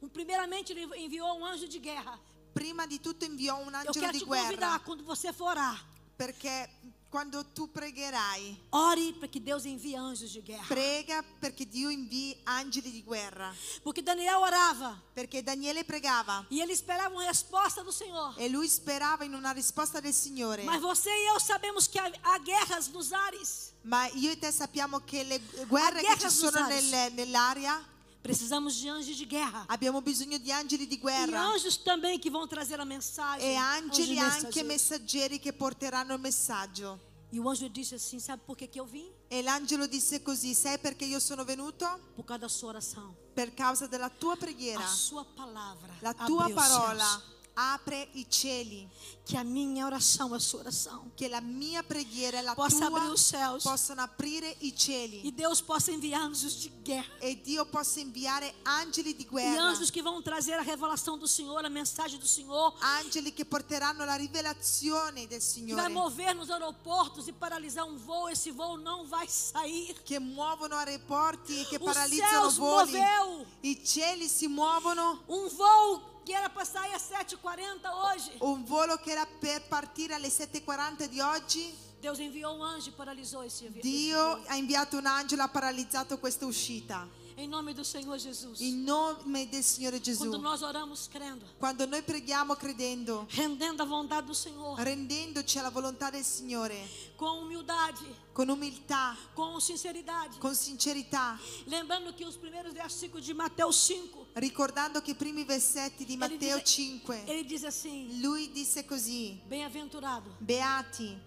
Speaker 2: Um, primeiramente, ele enviou um anjo de guerra.
Speaker 3: Prima di tutto inviò un
Speaker 2: Eu
Speaker 3: angelo
Speaker 2: quero
Speaker 3: di
Speaker 2: te
Speaker 3: guerra.
Speaker 2: convidar, quando você for orar,
Speaker 3: Perché quando tu pregherai,
Speaker 2: ore para que Deus envie anjos de guerra.
Speaker 3: prega perché Dio invi angeli di guerra.
Speaker 2: Porque Daniel orava
Speaker 3: Perché Daniele pregava
Speaker 2: e ele esperava uma resposta do Senhor.
Speaker 3: e lui sperava in una risposta del Signore.
Speaker 2: Mas você e eu sabemos que há, há guerras nos ares.
Speaker 3: Ma io e te sappiamo che le guerre che
Speaker 2: guerra
Speaker 3: ci sono
Speaker 2: d'usare.
Speaker 3: nel- nell'aria
Speaker 2: Precisamos de anjos de guerra.
Speaker 3: abbiamo bisogno di angeli di
Speaker 2: E
Speaker 3: guerra É,
Speaker 2: anjos também que vão trazer a mensagem.
Speaker 3: e
Speaker 2: Anjos
Speaker 3: angeli anche
Speaker 2: mensageiros.
Speaker 3: messaggeri che porteranno il messaggio.
Speaker 2: E o anjo disse assim: Sabe por que, que eu vim?
Speaker 3: E l'angelo disse così, sai perché io sono venuto?
Speaker 2: Por causa da sua oração.
Speaker 3: Per causa della tua preghiera.
Speaker 2: A sua palavra.
Speaker 3: La tua
Speaker 2: abriu os
Speaker 3: parola
Speaker 2: céus.
Speaker 3: apre i cieli.
Speaker 2: Que a minha oração, é a sua oração.
Speaker 3: Che la mia preghiera e la
Speaker 2: Possa aprire
Speaker 3: tua
Speaker 2: os céus.
Speaker 3: possano aprire i
Speaker 2: E
Speaker 3: cieli.
Speaker 2: Deus possa enviar anjos de guerra.
Speaker 3: E Dio possa inviare angeli di
Speaker 2: E
Speaker 3: guerra.
Speaker 2: anjos que vão trazer a revelação do Senhor, a mensagem do Senhor.
Speaker 3: Angeli che porteranno la rivelazione
Speaker 2: Que vai
Speaker 3: del Signore.
Speaker 2: mover nos aeroportos e paralisar um voo. Esse voo não vai sair.
Speaker 3: Che muovono aeroporti e che
Speaker 2: Os
Speaker 3: paralizzano
Speaker 2: céus
Speaker 3: voli.
Speaker 2: moveu.
Speaker 3: I cieli si muovono.
Speaker 2: Um voo que era para sair às 7h40 hoje.
Speaker 3: Un volo che era per partire alle 7.40 di oggi,
Speaker 2: Deus enviou um anjo e paralisou esse avião.
Speaker 3: Dio ha inviato un angelo, ha paralizzato questa uscita.
Speaker 2: Em nome do Senhor Jesus.
Speaker 3: In nome del Signore
Speaker 2: Quando
Speaker 3: Gesù.
Speaker 2: nós oramos crendo,
Speaker 3: Quando noi preghiamo credendo,
Speaker 2: rendendo a vontade do Senhor,
Speaker 3: rendendoci alla volontà del Signore,
Speaker 2: com humildade,
Speaker 3: con umiltà,
Speaker 2: com sinceridade.
Speaker 3: con sincerità,
Speaker 2: Lembrando que os primeiros versículos de Mateus 5,
Speaker 3: ricordando che i primi versetti di
Speaker 2: ele
Speaker 3: Matteo
Speaker 2: diz- assim,
Speaker 3: 5,
Speaker 2: ele diz assim:
Speaker 3: lui disse così,
Speaker 2: Bem-aventurado
Speaker 3: beati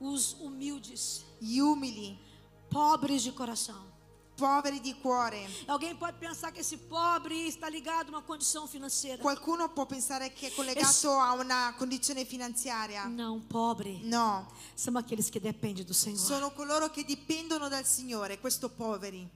Speaker 2: os humildes,
Speaker 3: gli umili,
Speaker 2: pobres de coração.
Speaker 3: poveri di cuore.
Speaker 2: Alguém pode pensar que esse pobre está ligado a uma condição financeira.
Speaker 3: Qualcuno può pensare che è
Speaker 2: Es-
Speaker 3: collegato a una condizione finanziaria.
Speaker 2: Não, pobre
Speaker 3: No,
Speaker 2: são aqueles que dependem do Senhor.
Speaker 3: sono coloro che dipendono dal Signore, questo poveri.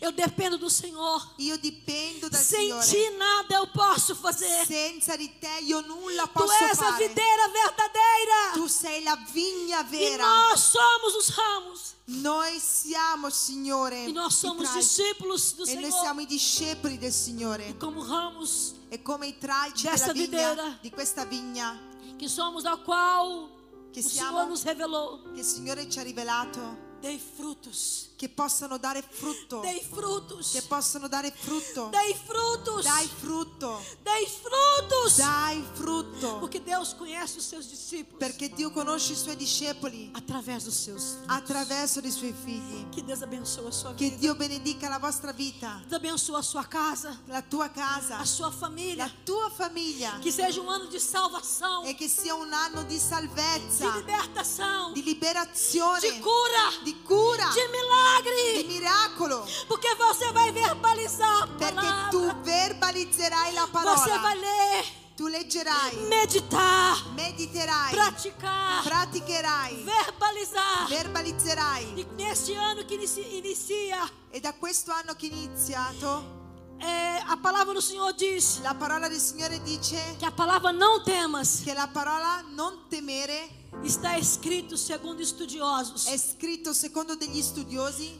Speaker 2: Eu dependo do Senhor.
Speaker 3: Io dipendo dal
Speaker 2: Sem
Speaker 3: Signore.
Speaker 2: ti nada eu posso fazer.
Speaker 3: Senza di te io nulla
Speaker 2: Tu
Speaker 3: posso
Speaker 2: és a
Speaker 3: fare.
Speaker 2: videira verdadeira.
Speaker 3: Tu sei la vigna
Speaker 2: E
Speaker 3: vera.
Speaker 2: nós somos os ramos.
Speaker 3: Noi siamo, Signore,
Speaker 2: E nós
Speaker 3: i
Speaker 2: somos
Speaker 3: tralci.
Speaker 2: discípulos do
Speaker 3: e noi
Speaker 2: Senhor.
Speaker 3: siamo i discepoli del Signore.
Speaker 2: E como ramos
Speaker 3: E come i tralci
Speaker 2: Dessa
Speaker 3: della vigna,
Speaker 2: videra.
Speaker 3: di questa vigna
Speaker 2: que somos, ao qual
Speaker 3: Que
Speaker 2: o Senhor
Speaker 3: siamo.
Speaker 2: nos revelou.
Speaker 3: che il Signore ci ha rivelato,
Speaker 2: Dei frutos.
Speaker 3: che possano dare frutto.
Speaker 2: Dei frutos.
Speaker 3: Che possono dare frutto.
Speaker 2: Dei frutos.
Speaker 3: Dai frutto.
Speaker 2: Dei frutos.
Speaker 3: Dai frutto.
Speaker 2: Porque Deus conhece os seus discípulos
Speaker 3: Perché Dio conosce i suoi discepoli
Speaker 2: através dos seus frutos.
Speaker 3: attraverso i suoi figli.
Speaker 2: Que Deus abençoe a sua
Speaker 3: Che
Speaker 2: vida.
Speaker 3: Dio benedica la vostra vita,
Speaker 2: Deus abençoe a sua casa,
Speaker 3: la tua casa,
Speaker 2: a sua família.
Speaker 3: la tua famiglia
Speaker 2: Que seja um ano de salvação,
Speaker 3: e che sia un anno di
Speaker 2: de
Speaker 3: salvezza,
Speaker 2: libertação,
Speaker 3: di liberazione,
Speaker 2: de cura,
Speaker 3: di cura,
Speaker 2: de
Speaker 3: di
Speaker 2: milagre.
Speaker 3: miracolo.
Speaker 2: Porque você vai verbalizar a
Speaker 3: Perché tu
Speaker 2: palavra.
Speaker 3: verbalizzerai la
Speaker 2: Você vai
Speaker 3: parola,
Speaker 2: ler,
Speaker 3: tu leggerai,
Speaker 2: meditar,
Speaker 3: mediterai,
Speaker 2: praticar,
Speaker 3: praticherai,
Speaker 2: verbalizar.
Speaker 3: verbalizzerai.
Speaker 2: E neste ano que inici- inicia,
Speaker 3: E da questo anno che è iniziato,
Speaker 2: é, a palavra do Senhor diz
Speaker 3: la parola del Signore dice
Speaker 2: que a palavra não temas
Speaker 3: che la parola non temere
Speaker 2: está escrito, segundo estudiosos,
Speaker 3: è scritto secondo degli studiosi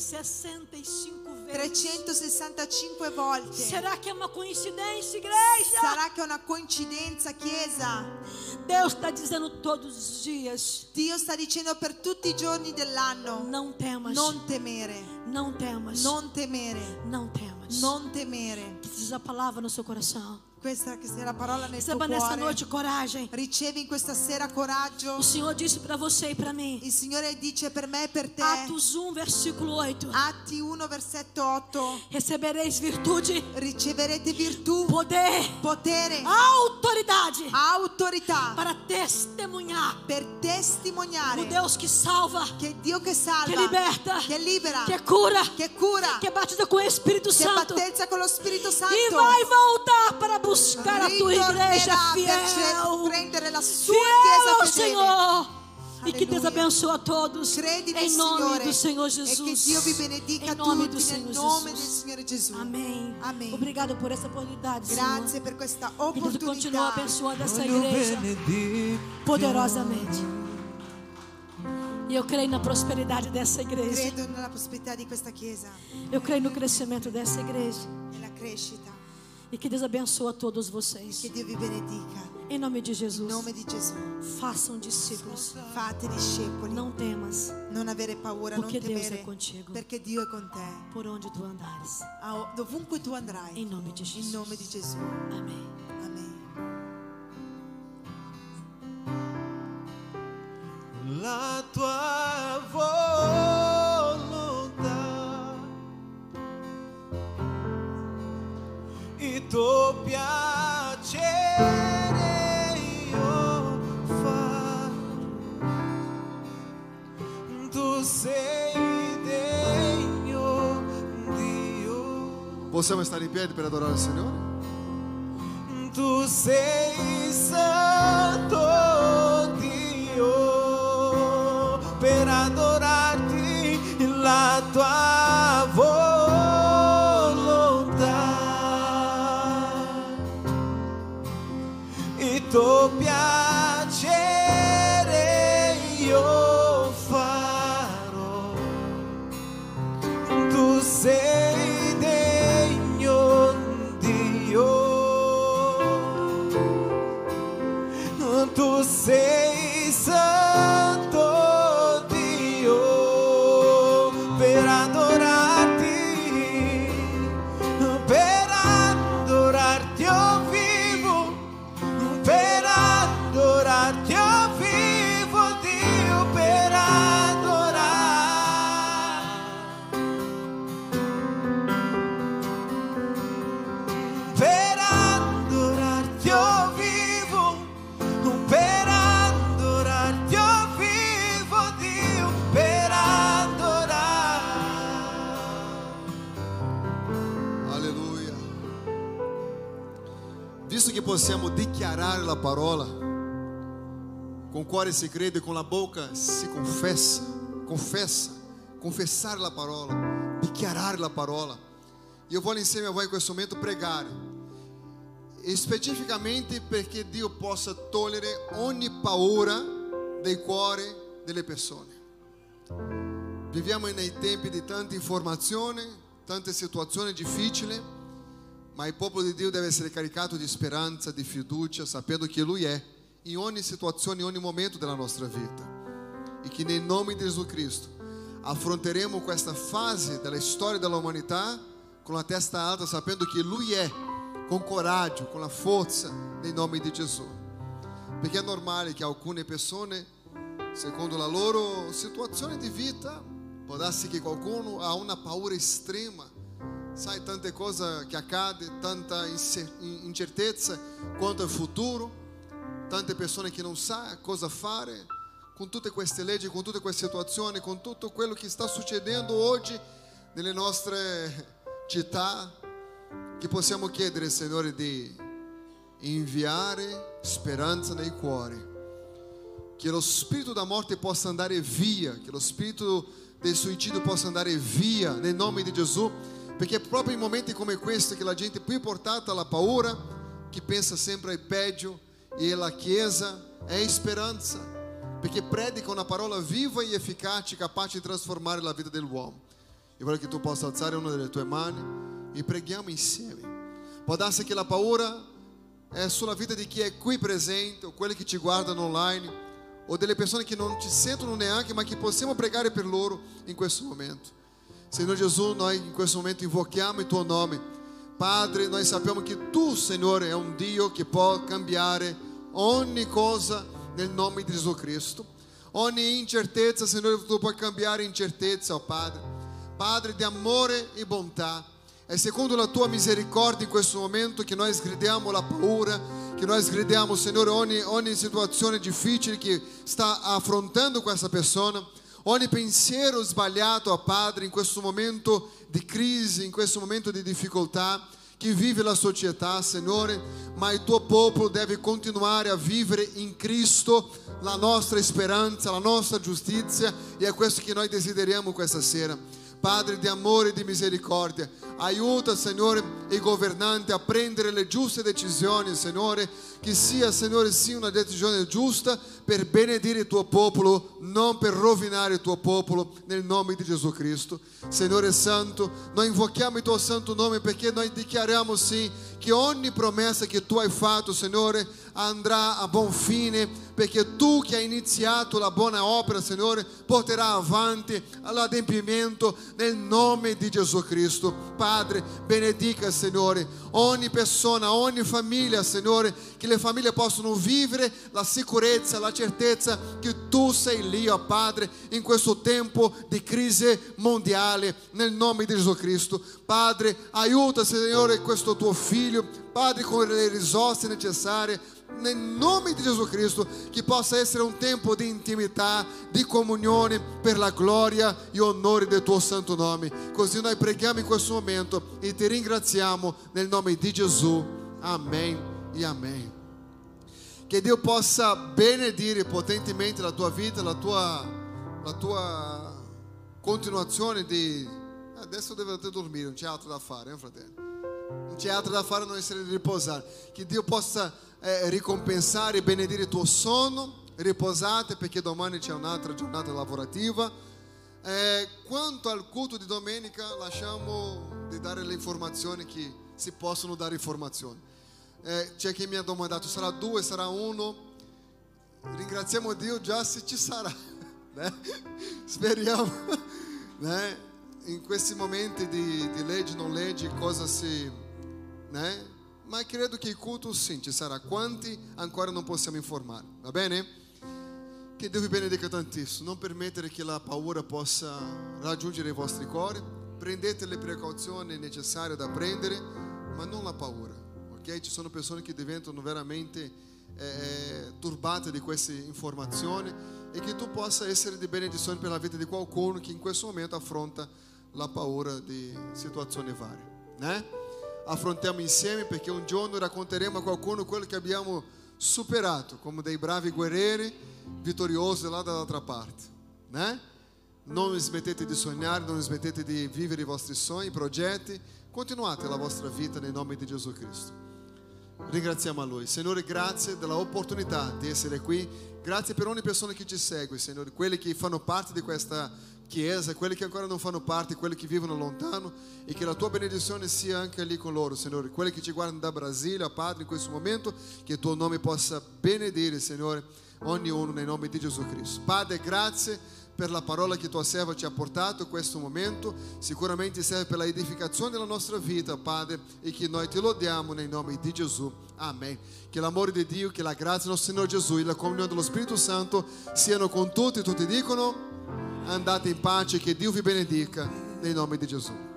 Speaker 2: 365 vezes.
Speaker 3: 365 volte.
Speaker 2: Será que é uma coincidência, igreja?
Speaker 3: Sarà che è una coincidenza, Chiesa?
Speaker 2: Deus está dizendo todos os dias:
Speaker 3: Dio sta dicendo per tutti i giorni dell'anno:
Speaker 2: não temas, não,
Speaker 3: non temere,
Speaker 2: temas, não,
Speaker 3: non temere,
Speaker 2: temas. temas.
Speaker 3: Non temere.
Speaker 2: Que diz a palavra no seu coração.
Speaker 3: Questa che sia la parola nel tuo
Speaker 2: Receba nessa
Speaker 3: cuore.
Speaker 2: noite coragem.
Speaker 3: Ricevi in questa sera coraggio.
Speaker 2: O Senhor disse para você e para mim.
Speaker 3: Il Signore dice per me e per
Speaker 2: é.
Speaker 3: te.
Speaker 2: Atos 1, versículo 8.
Speaker 3: Atti 1 versetto 8.
Speaker 2: Recebereis virtude,
Speaker 3: Riceverete virtù,
Speaker 2: poder,
Speaker 3: potere,
Speaker 2: Ah. autoridade
Speaker 3: autorità
Speaker 2: para testemunhar
Speaker 3: per testimoniare
Speaker 2: o Deus que salva,
Speaker 3: che Dio che salva,
Speaker 2: che liberta,
Speaker 3: che libera,
Speaker 2: que cura,
Speaker 3: che cura,
Speaker 2: que é batida com o Espírito
Speaker 3: che
Speaker 2: Santo
Speaker 3: battezza con lo Spirito Santo.
Speaker 2: e vai voltar para buscar a tua
Speaker 3: Ritornerà
Speaker 2: igreja
Speaker 3: per
Speaker 2: fiel.
Speaker 3: ce- prendere la sua
Speaker 2: Fiel ao
Speaker 3: chiesa fedele.
Speaker 2: Senhor. E que Deus
Speaker 3: Aleluia.
Speaker 2: abençoe a todos.
Speaker 3: Credi nel
Speaker 2: Em nome
Speaker 3: Signore
Speaker 2: do Senhor
Speaker 3: e che Dio vi
Speaker 2: Jesus.
Speaker 3: benedica
Speaker 2: Em nome do
Speaker 3: tutti nel
Speaker 2: Senhor
Speaker 3: nome del
Speaker 2: Jesus.
Speaker 3: Signore Gesù.
Speaker 2: Amém.
Speaker 3: Amém.
Speaker 2: Obrigado por essa oportunidade,
Speaker 3: Grazie
Speaker 2: Senhor.
Speaker 3: per questa
Speaker 2: Que Deus continua
Speaker 3: opportunità.
Speaker 2: abençoando essa
Speaker 4: Olho
Speaker 2: igreja
Speaker 4: benedito,
Speaker 2: poderosamente. E eu creio na prosperidade dessa igreja.
Speaker 3: Credo nella prosperità di questa chiesa
Speaker 2: Eu creio no crescimento dessa igreja.
Speaker 3: nella crescita.
Speaker 2: E que Deus abençoe a todos
Speaker 3: Che
Speaker 2: vocês.
Speaker 3: Dio vi benedica.
Speaker 2: Em nome de
Speaker 3: In
Speaker 2: Jesus.
Speaker 3: nome di Gesù.
Speaker 2: Façam discípulos.
Speaker 3: Fate discepoli.
Speaker 2: Não temas
Speaker 3: Non avere paura,
Speaker 2: Perché
Speaker 3: non
Speaker 2: Dio
Speaker 3: temere.
Speaker 2: è contigo.
Speaker 3: Perché Dio è con te.
Speaker 2: por onde tu andares.
Speaker 3: A- dovunque tu andrai.
Speaker 2: Em nome de Jesus.
Speaker 3: In nome di Gesù.
Speaker 2: Amém.
Speaker 3: Amen.
Speaker 4: la tua volontà il tuo piacere io farò tu sei degno Dio
Speaker 1: Possamos estar em pé para adorar o Senhor?
Speaker 4: Tu sei santo Dio per adorarti la tua volontà il tuo piacere io farò tu sei degno Dio tu sei santo Dio per adorarti per adorarti io vivo per adorarti io vivo Dio per adorarti per adorarti io vivo per adorarti io vivo Dio per adorarti
Speaker 1: Aleluia. Visto che possiamo dichiarare la parola, con cuore si crede, con la bocca si confessa, confessa, confessare la parola, dichiarare la parola. Io voglio insieme a voi in questo momento pregare, specificamente perché Dio possa togliere ogni paura dei cuori delle persone. Viviamo nei tempi di tanta informazione, tante situazioni difficili, ma il popolo di Dio deve essere caricato di speranza, di fiducia, sapendo che Lui è in ogni situazione, in ogni momento della nostra vita. E che nel nome di Gesù Cristo affronteremo questa fase della storia dell'umanità con la testa alta, sapendo che Lui è, con coraggio, con la forza, nel nome di Gesù. Perché è normale che alcune persone, secondo la loro situazione di vita, può darsi che qualcuno ha una paura estrema. Sai tante cose che accade, tanta incer- in- incertezza quanto al futuro, tante persone che non sa cosa fare con tutte queste leggi, con tutte queste situazioni, con tutto quello che sta succedendo oggi nelle nostre città, che possiamo chiedere, Signore, di inviare speranza nei cuori. Che lo spirito da morte possa andare via, che lo spirito del suicidio possa andare via nel nome di Gesù, perché è proprio in momenti come questo che la gente è più portata alla paura, che pensa sempre al peggio e la Chiesa è speranza, perché predica una parola viva e efficace capace di trasformare la vita dell'uomo. E voglio che tu possa alzare una delle tue mani e preghiamo insieme. Può darsi che la paura é è sulla vita di chi è qui presente, o quelli che ti guardano online, o delle persone che non ti sentono neanche, ma che possiamo pregare per loro in questo momento. Senhor Jesus, nós in questo momento invochiamo il tuo nome. Padre, noi sappiamo che tu, Signore, è un Dio che può cambiare ogni cosa nel nome di Gesù Cristo. Ogni incertezza, Signore, tu puoi cambiare in certezza, oh Padre. Padre di amore e bontà. È secondo la tua misericordia in questo momento che noi sgridiamo la paura, che noi sgridiamo, Signore, ogni, ogni situazione difficile che sta affrontando questa persona ogni pensiero sbagliato a Padre in questo momento di crisi, in questo momento di difficoltà che vive la società, Signore, ma il tuo popolo deve continuare a vivere in Cristo la nostra speranza, la nostra giustizia e è questo che noi desideriamo questa sera. Padre di amore e di misericordia, aiuta Signore i governanti a prendere le giuste decisioni, Signore, che sia Signore sia una decisione giusta per benedire il tuo popolo, non per rovinare il tuo popolo, nel nome di Gesù Cristo. Signore Santo, noi invochiamo il tuo santo nome perché noi dichiariamo sì che ogni promessa che tu hai fatto, Signore, andrà a buon fine, perché tu che hai iniziato la buona opera, Signore, porterà avanti all'adempimento nel nome di Gesù Cristo. Padre, benedica, Signore, ogni persona, ogni famiglia, Signore, che le famiglie possano vivere la sicurezza, la certezza che tu sei lì, oh Padre, in questo tempo di crisi mondiale, nel nome di Gesù Cristo. Padre, aiuta, Signore, questo tuo figlio, Padre, con le risorse necessarie, nel nome di Gesù Cristo, che possa essere un tempo di intimità, di comunione per la gloria e onore del tuo santo nome. Così noi preghiamo in questo momento e ti ringraziamo nel nome di Gesù. Amen e amen. Che Dio possa benedire potentemente la tua vita, la tua, la tua continuazione Ah, di... Adesso dovete dormire, non c'è altro um da fare, eh, fratello? Non c'è altro da fare a non essere di riposare. Che Dio possa eh, ricompensare e benedire il tuo sonno. Riposate perché domani c'è un'altra giornata lavorativa. Eh, quanto al culto di domenica, lasciamo di dare le informazioni che si possono dare informazioni. Eh, c'è chi mi ha domandato, sarà due, sarà uno? Ringraziamo Dio già se ci sarà. né? Speriamo. né? in questi momenti di, di legge, non legge, cosa si... Né? Ma credo che il culto sim ci sarà. Quanti ancora non possiamo informare, va bene? Che Dio vi benedica tantissimo. Non permettere che la paura possa raggiungere i vostri cuori. Prendete le precauzioni necessarie da prendere, ma non la paura, ok? Ci sono persone che diventano veramente eh, turbate di queste informazioni e che tu possa essere di benedizione per la vita di qualcuno che in questo momento affronta la paura di situazioni varie, né? Affrontiamo insieme perché un um giorno racconteremo a qualcuno quello che abbiamo superato, come dei bravi guerrieri vittoriosi là dall'altra parte, né? Non smettete di sognare, non smettete di vivere i vostri sogni, i progetti, continuate la vostra vita nel nome di Gesù Cristo. Ringraziamo a Lui. Signore, grazie dell'opportunità di essere qui. Grazie per ogni persona che ci segue, Signore, quelli che fanno parte di questa chiesa, quelli che ancora non fanno parte, quelli che vivono lontano e che la tua benedizione sia anche lì con loro, Signore. Quelli che ci guardano da Brasilia, Padre, in questo momento, che il tuo nome possa benedire, Signore, ognuno nel nome di Gesù Cristo. Padre, grazie per la parola che tua serva ci ha portato in questo momento. Sicuramente serve per la edificazione della nostra vita, Padre, e che noi ti lodiamo nel nome di Gesù. Amen. Che l'amore di Dio, che la grazia del nostro Signore Gesù e la comunione dello Spirito Santo siano con tutti. Tutti dicono, andate in pace, che Dio vi benedica nel nome di Gesù.